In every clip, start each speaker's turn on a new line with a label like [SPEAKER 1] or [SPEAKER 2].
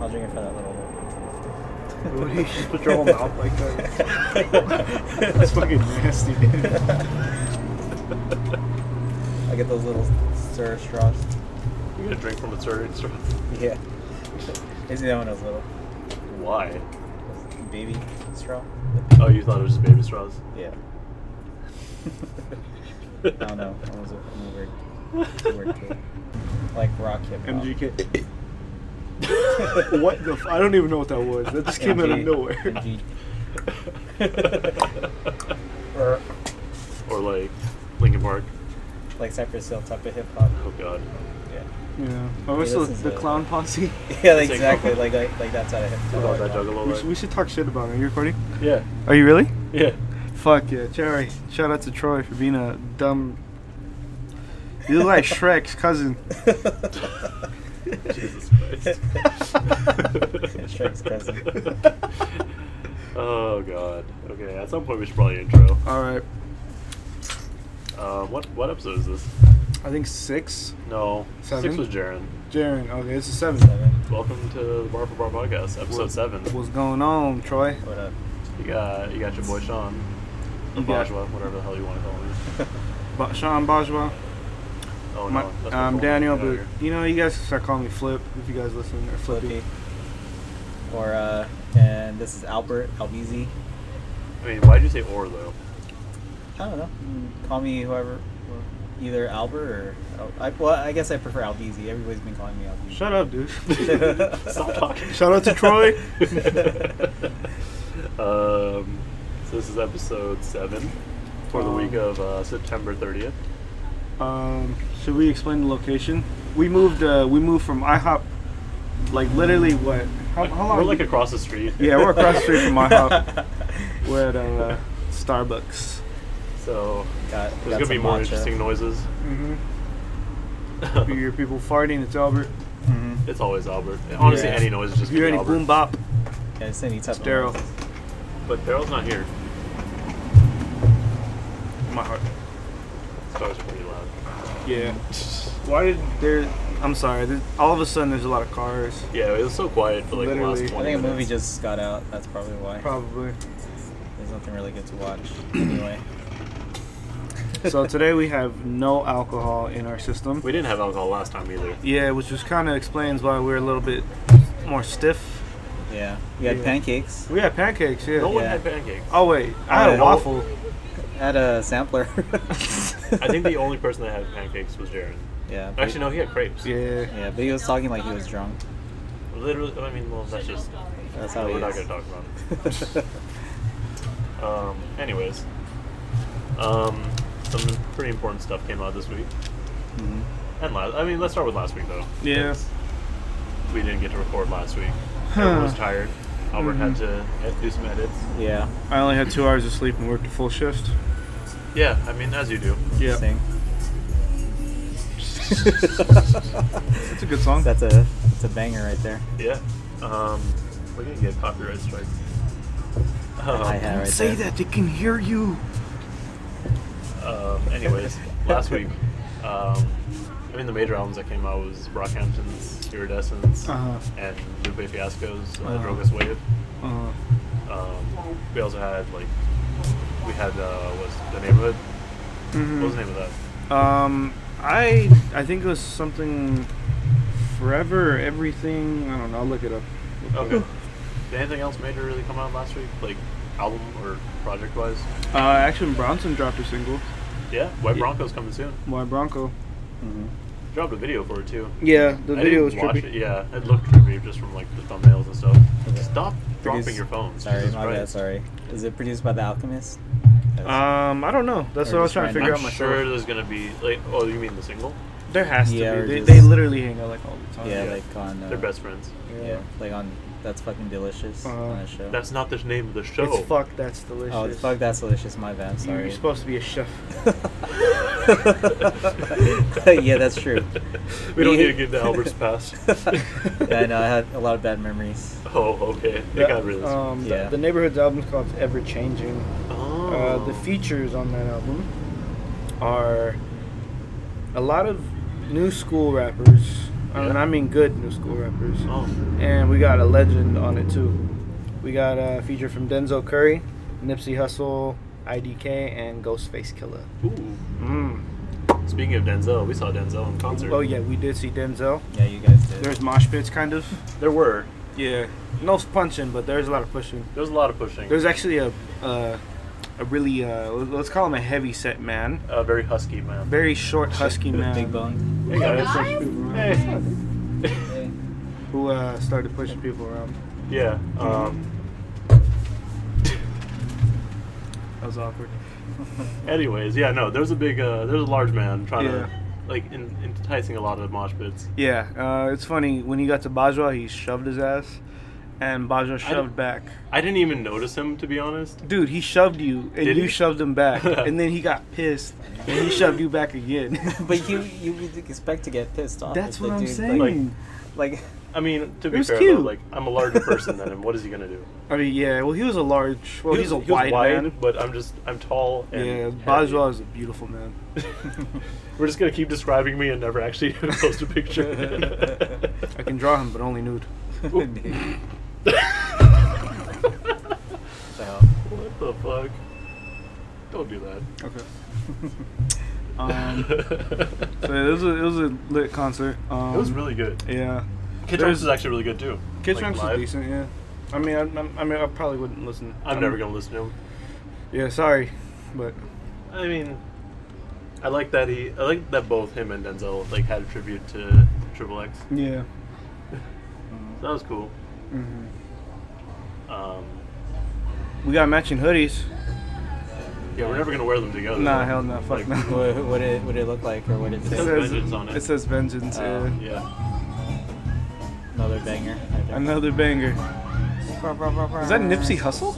[SPEAKER 1] I'll drink it for that little
[SPEAKER 2] Just
[SPEAKER 3] Put your whole mouth like that. That's fucking nasty.
[SPEAKER 1] I get those little stir straws.
[SPEAKER 3] You gonna drink from a certain straw?
[SPEAKER 1] Yeah. Is that one was little?
[SPEAKER 3] Why?
[SPEAKER 1] Baby straw?
[SPEAKER 3] Oh, you thought it was just baby straws?
[SPEAKER 1] Yeah. I don't know. That was a, I'm a weird, weird kid. Like rock hip hop.
[SPEAKER 3] MGK.
[SPEAKER 2] what the? F- I don't even know what that was. That just came out of
[SPEAKER 1] MG
[SPEAKER 2] nowhere.
[SPEAKER 1] MG
[SPEAKER 3] or, like Linkin Park.
[SPEAKER 1] like Cypress Hill type of hip hop.
[SPEAKER 3] Oh god.
[SPEAKER 1] Yeah.
[SPEAKER 2] Yeah. I was
[SPEAKER 1] this
[SPEAKER 2] the,
[SPEAKER 1] is
[SPEAKER 2] the
[SPEAKER 1] a-
[SPEAKER 2] clown posse.
[SPEAKER 1] Yeah,
[SPEAKER 3] It's like-
[SPEAKER 1] exactly. Like like, like that's how of hip
[SPEAKER 3] I
[SPEAKER 1] hop.
[SPEAKER 3] thought that juggle
[SPEAKER 2] We, sh- we should talk shit about it. Are you recording?
[SPEAKER 3] Yeah.
[SPEAKER 2] Are you really?
[SPEAKER 3] Yeah.
[SPEAKER 2] Fuck yeah, Jerry. Shout out to Troy for being a dumb. You look like Shrek's cousin.
[SPEAKER 3] Jesus Christ.
[SPEAKER 1] Shrek's cousin.
[SPEAKER 3] oh god. Okay, at some point we should probably intro.
[SPEAKER 2] All right.
[SPEAKER 3] Um, what what episode is this?
[SPEAKER 2] I think six.
[SPEAKER 3] No, six
[SPEAKER 2] Seven?
[SPEAKER 3] was Jaren.
[SPEAKER 2] Jaren. Okay, it's a seven.
[SPEAKER 1] Seven.
[SPEAKER 3] Welcome to the Bar for Bar podcast, episode
[SPEAKER 2] What-
[SPEAKER 3] seven.
[SPEAKER 2] What's going on, Troy?
[SPEAKER 1] What
[SPEAKER 3] You got you got your boy Sean, or
[SPEAKER 2] You got-
[SPEAKER 3] Bajwa, whatever the hell you want to call him.
[SPEAKER 1] up?
[SPEAKER 2] Ba- Sean Bajwa.
[SPEAKER 3] Oh no,
[SPEAKER 2] My-
[SPEAKER 3] that's my
[SPEAKER 2] um,
[SPEAKER 3] fault.
[SPEAKER 2] Daniel,
[SPEAKER 3] Get out
[SPEAKER 2] but
[SPEAKER 3] of
[SPEAKER 2] you know, you guys can start calling me Flip if you guys listen or Flippy.
[SPEAKER 1] Flippy. Or uh, and this is Albert Albizi.
[SPEAKER 3] here. I mean, why'd you say or though?
[SPEAKER 1] I don't know. Call me whoever, either Albert or Al- I, well, I guess I prefer Albizi. Everybody's been calling me Albizi.
[SPEAKER 2] Shut up, dude.
[SPEAKER 3] Mm. Stop talking.
[SPEAKER 2] Shout out to Troy.
[SPEAKER 3] um, so this is episode seven for the week of uh, September thirtieth.
[SPEAKER 2] um, should we explain the location? We moved. Uh, we moved from IHOP. Like literally, what? How, how long?
[SPEAKER 3] We're like across the street.
[SPEAKER 2] Yeah, we're across the street from IHOP. We're at uh, Starbucks.
[SPEAKER 3] So
[SPEAKER 1] Got,
[SPEAKER 3] there's gonna be more interesting noises.
[SPEAKER 2] Mm-hmm. You hear people farting. It's Albert.
[SPEAKER 1] hmm
[SPEAKER 3] it's always Albert. Honestly,
[SPEAKER 1] Yeah.
[SPEAKER 3] any noise is just
[SPEAKER 2] If you hear
[SPEAKER 3] gonna be
[SPEAKER 2] any
[SPEAKER 3] Albert.
[SPEAKER 2] boom bop,
[SPEAKER 1] Yeah, it's any type of
[SPEAKER 2] Sterile.
[SPEAKER 1] noises.
[SPEAKER 3] But Daryl's not here.
[SPEAKER 2] my heart.
[SPEAKER 3] It's always pretty loud.
[SPEAKER 2] Yeah. Why did there? I'm sorry. There, all of a sudden, there's a lot of cars.
[SPEAKER 3] Yeah, it was so quiet for like the
[SPEAKER 2] Literally.
[SPEAKER 3] last
[SPEAKER 1] I
[SPEAKER 3] twenty
[SPEAKER 1] think a movie
[SPEAKER 3] minutes.
[SPEAKER 1] just got out. That's probably why.
[SPEAKER 2] Probably.
[SPEAKER 1] There's nothing really good to watch anyway.
[SPEAKER 2] so today we have no alcohol in our system.
[SPEAKER 3] We didn't have alcohol last time either.
[SPEAKER 2] Yeah, which just kind of explains why we're a little bit more stiff.
[SPEAKER 1] Yeah, we had
[SPEAKER 2] Yeah.
[SPEAKER 1] pancakes.
[SPEAKER 2] We had pancakes, yeah.
[SPEAKER 3] No one
[SPEAKER 1] Yeah.
[SPEAKER 3] had pancakes.
[SPEAKER 2] Oh wait, I
[SPEAKER 3] I
[SPEAKER 2] had a
[SPEAKER 3] know.
[SPEAKER 2] waffle.
[SPEAKER 1] Had a sampler.
[SPEAKER 3] I think the only person that had pancakes was Jaron.
[SPEAKER 1] Yeah. but-
[SPEAKER 3] Actually, no, he had crepes.
[SPEAKER 2] Yeah.
[SPEAKER 1] Yeah, but he was talking like he was drunk.
[SPEAKER 3] Literally, I mean, well, that's just.
[SPEAKER 1] That's how
[SPEAKER 3] We're
[SPEAKER 1] he
[SPEAKER 3] not
[SPEAKER 1] is.
[SPEAKER 3] going to talk about it. Um, anyways, um, some pretty important stuff came out this week.
[SPEAKER 1] Mhm.
[SPEAKER 3] And last, I mean, let's start with last week, though.
[SPEAKER 2] Yeah.
[SPEAKER 3] We didn't get to record last week. Everyone was tired. Albert had to
[SPEAKER 2] Mm-hmm.
[SPEAKER 3] ed- do some edits.
[SPEAKER 1] Yeah.
[SPEAKER 2] I only had two hours of sleep and worked a full shift.
[SPEAKER 3] Yeah, I mean, as you do.
[SPEAKER 2] Yeah.
[SPEAKER 1] Interesting.
[SPEAKER 3] Mm-hmm.
[SPEAKER 2] That's a good song.
[SPEAKER 1] That's a that's a banger right there.
[SPEAKER 3] Yeah. Um, we're going to get copyright strikes. Um,
[SPEAKER 1] I had right
[SPEAKER 2] Say
[SPEAKER 1] there.
[SPEAKER 2] that they can hear you.
[SPEAKER 3] Um, anyways, last week, um, I mean, the major albums that came out was Brockhampton's Iridescence
[SPEAKER 2] Uh-huh.
[SPEAKER 3] and Lupe Fiasco's uh,
[SPEAKER 2] Uh-huh.
[SPEAKER 3] Drogas Wave.
[SPEAKER 2] Uh,
[SPEAKER 3] Um, we also had, like, we had, uh, was The Neighborhood?
[SPEAKER 2] Mm-hmm.
[SPEAKER 3] What was the name of that?
[SPEAKER 2] um, I I think it was something. Forever, everything. I don't know. I'll look it up.
[SPEAKER 3] Okay. Did anything else major really come out last week? Like, album or project wise?
[SPEAKER 2] Uh, Action Bronson dropped a single.
[SPEAKER 3] Yeah, White
[SPEAKER 2] Yeah.
[SPEAKER 3] Bronco's coming soon.
[SPEAKER 2] My Bronco.
[SPEAKER 1] hmm
[SPEAKER 3] Dropped a video for it, too.
[SPEAKER 2] Yeah, the
[SPEAKER 3] I
[SPEAKER 2] video was
[SPEAKER 3] didn't watch
[SPEAKER 2] trippy.
[SPEAKER 3] It. Yeah, it looked trippy just from, like, the thumbnails and stuff.
[SPEAKER 1] Okay.
[SPEAKER 3] Stop dropping
[SPEAKER 1] Produced-
[SPEAKER 3] your phones.
[SPEAKER 1] Sorry,
[SPEAKER 3] Jesus
[SPEAKER 1] my bad.
[SPEAKER 3] Christ. Uh,
[SPEAKER 1] Sorry. Is it produced by The Alchemist?
[SPEAKER 2] Um, I don't know. That's
[SPEAKER 1] Or
[SPEAKER 2] what I
[SPEAKER 1] just
[SPEAKER 2] was trying to
[SPEAKER 1] random.
[SPEAKER 2] figure out
[SPEAKER 3] I'm
[SPEAKER 2] myself.
[SPEAKER 3] sure there's gonna be like oh you mean the single?
[SPEAKER 2] There has to
[SPEAKER 1] Yeah, or
[SPEAKER 2] be. They,
[SPEAKER 1] just-
[SPEAKER 2] they literally hang out like all the time.
[SPEAKER 1] yeah,
[SPEAKER 3] yeah.
[SPEAKER 1] like on. Uh,
[SPEAKER 3] They're best friends.
[SPEAKER 1] Yeah. like on that's fucking delicious
[SPEAKER 2] Uh-huh.
[SPEAKER 1] on a show.
[SPEAKER 3] Uh, That's not the name of the show.
[SPEAKER 2] It's fuck. That's delicious.
[SPEAKER 1] oh fuck, that's delicious. My bad. I'm
[SPEAKER 2] You- You're
[SPEAKER 1] Sorry.
[SPEAKER 2] supposed to be a chef.
[SPEAKER 1] yeah, that's true.
[SPEAKER 3] we don't
[SPEAKER 1] You-
[SPEAKER 3] need to give the Alberts pass.
[SPEAKER 1] yeah, I know. I had a lot of bad memories.
[SPEAKER 3] oh, okay. It got rid of this.
[SPEAKER 2] um, the-
[SPEAKER 1] Yeah.
[SPEAKER 2] the, neighborhood's album is called Ever Changing.
[SPEAKER 3] oh.
[SPEAKER 2] Uh, the features on that album are a lot of new school rappers I mean, I mean good new school rappers.
[SPEAKER 3] Oh,
[SPEAKER 2] And we got a legend on it too. We got a feature from Denzel Curry, Nipsey Hussle, IDK, and Ghostface Killer.
[SPEAKER 3] ooh.
[SPEAKER 2] Mm.
[SPEAKER 3] Speaking of Denzel, we saw Denzel in concert.
[SPEAKER 2] Oh yeah, we did see Denzel.
[SPEAKER 1] Yeah, you guys did.
[SPEAKER 2] There's mosh pits, kind of.
[SPEAKER 3] There were.
[SPEAKER 2] Yeah. No punching, but there's a lot of pushing.
[SPEAKER 3] There was a lot of pushing.
[SPEAKER 2] There's actually a uh, a really uh, let's call him a heavy set man,
[SPEAKER 3] a Uh, very husky man.
[SPEAKER 2] very short, husky
[SPEAKER 1] Big- Big
[SPEAKER 2] man
[SPEAKER 1] bone.
[SPEAKER 3] Hey, guys. Hey.
[SPEAKER 1] Hey.
[SPEAKER 2] who uh, started pushing people around.
[SPEAKER 3] Yeah. Um,
[SPEAKER 2] That was awkward.
[SPEAKER 3] anyways, yeah. No, there's a big. Uh, there's a large man trying to
[SPEAKER 2] Yeah.
[SPEAKER 3] like in, enticing a lot of the mosh pits.
[SPEAKER 2] Yeah, uh, it's funny when he got to Bajwa, he shoved his ass, and Bajwa
[SPEAKER 3] don't-
[SPEAKER 2] shoved back.
[SPEAKER 3] I didn't even notice him to be honest.
[SPEAKER 2] Dude, he shoved you, and
[SPEAKER 3] Did
[SPEAKER 2] you
[SPEAKER 3] he?
[SPEAKER 2] shoved him back, and then he got pissed, and he shoved you back again.
[SPEAKER 1] But you you would expect to get pissed off.
[SPEAKER 2] That's
[SPEAKER 1] if the
[SPEAKER 2] what I'm
[SPEAKER 1] dude,
[SPEAKER 2] saying.
[SPEAKER 1] Like, like
[SPEAKER 3] I mean, to
[SPEAKER 2] It
[SPEAKER 3] be
[SPEAKER 2] was
[SPEAKER 3] fair, though,
[SPEAKER 2] cute.
[SPEAKER 3] like I'm a larger person than him. What is he gonna do?
[SPEAKER 2] I mean, yeah. Well, he was a large. Well,
[SPEAKER 3] He
[SPEAKER 2] he's
[SPEAKER 3] was-
[SPEAKER 2] a
[SPEAKER 3] he was
[SPEAKER 2] wide, man.
[SPEAKER 3] but I'm just I'm tall and
[SPEAKER 2] Yeah,
[SPEAKER 3] heavy.
[SPEAKER 2] Bajwa is a beautiful man.
[SPEAKER 3] We're just gonna keep describing me and never actually post a picture.
[SPEAKER 2] I can draw him, but only nude.
[SPEAKER 1] dude. so,
[SPEAKER 3] what the fuck? Don't do that.
[SPEAKER 2] Okay. um, so it was a, it was a lit concert. Um,
[SPEAKER 3] it was really good.
[SPEAKER 2] Yeah.
[SPEAKER 3] Kid Trunks
[SPEAKER 2] there's-
[SPEAKER 3] is actually really good too.
[SPEAKER 2] Kids
[SPEAKER 3] Like,
[SPEAKER 2] Trunks
[SPEAKER 3] live.
[SPEAKER 2] is decent. Yeah. I mean, I, I, I mean, I probably wouldn't listen.
[SPEAKER 3] I'm never gonna listen to him.
[SPEAKER 2] Yeah, sorry, but
[SPEAKER 3] I mean, I like that he, I like that both him and Denzel like had a tribute to Triple X.
[SPEAKER 2] yeah.
[SPEAKER 3] So that was cool.
[SPEAKER 2] hmm
[SPEAKER 3] Um,
[SPEAKER 2] We got matching hoodies.
[SPEAKER 3] yeah, we're never gonna wear them together.
[SPEAKER 2] Nah,
[SPEAKER 3] though.
[SPEAKER 2] hell no, fuck
[SPEAKER 3] Like,
[SPEAKER 2] no.
[SPEAKER 1] what, what did it, what did it look like, or what did it
[SPEAKER 3] It
[SPEAKER 1] say?
[SPEAKER 3] says vengeance on it.
[SPEAKER 2] It says vengeance.
[SPEAKER 1] Oh.
[SPEAKER 2] yeah.
[SPEAKER 3] Yeah.
[SPEAKER 1] Another banger.
[SPEAKER 2] Another banger. Is
[SPEAKER 1] Is
[SPEAKER 2] that Nipsey Hustle?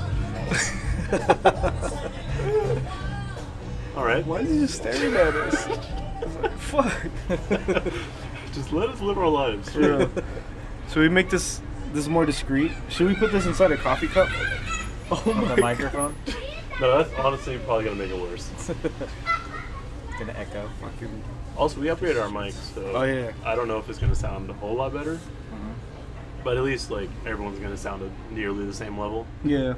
[SPEAKER 3] All right.
[SPEAKER 2] Why is he just staring at us? I was like, Fuck.
[SPEAKER 3] Just let us live our lives.
[SPEAKER 2] Yeah. Should we make this this more discreet? Should we put this inside a coffee cup? Oh
[SPEAKER 1] On the microphone?
[SPEAKER 3] No, that's honestly probably gonna make it worse.
[SPEAKER 1] Gonna echo.
[SPEAKER 2] Fucking-
[SPEAKER 3] Also, we upgraded our mics, so
[SPEAKER 2] Oh, yeah.
[SPEAKER 3] I don't know if it's gonna sound a whole lot better, but at least like everyone's gonna sound at nearly the same level.
[SPEAKER 2] Yeah.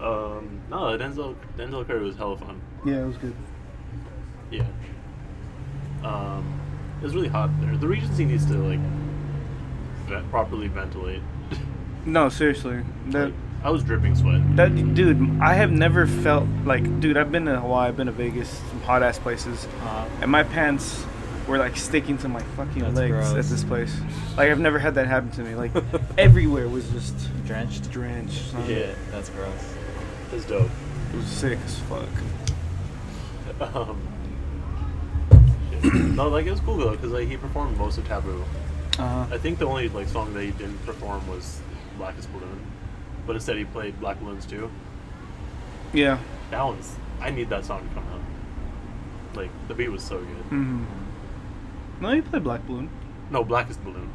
[SPEAKER 3] Um, no, Denzel Denzel Curry was hella fun.
[SPEAKER 2] Yeah, it was good.
[SPEAKER 3] Yeah. Um, it was really hot there. The Regency needs to like vet, properly ventilate.
[SPEAKER 2] No, seriously. That
[SPEAKER 3] Like, I was dripping sweat.
[SPEAKER 2] that dude, I have never felt like dude, I've been to Hawaii, I've been to Vegas, some hot ass places.
[SPEAKER 1] Uh,
[SPEAKER 2] And my pants were like sticking to my fucking
[SPEAKER 1] That's
[SPEAKER 2] legs
[SPEAKER 1] gross.
[SPEAKER 2] at this place. Like I've never had that happen to me. Like
[SPEAKER 1] uh,
[SPEAKER 2] everywhere was just
[SPEAKER 1] drenched.
[SPEAKER 2] drenched. son.
[SPEAKER 3] Yeah.
[SPEAKER 1] That's gross.
[SPEAKER 3] It's dope.
[SPEAKER 2] It was sick as fuck.
[SPEAKER 3] Um, shit. no, like it was cool though, cause like he performed most of Taboo.
[SPEAKER 2] Uh-huh.
[SPEAKER 3] I think the only like song that he didn't perform was Blackest Balloon, but instead he played Black Balloons too.
[SPEAKER 2] Yeah.
[SPEAKER 3] That one's I need that song to come out. Like the beat was so good.
[SPEAKER 2] hmm No, you play Black Balloon.
[SPEAKER 3] No, Blackest Balloon.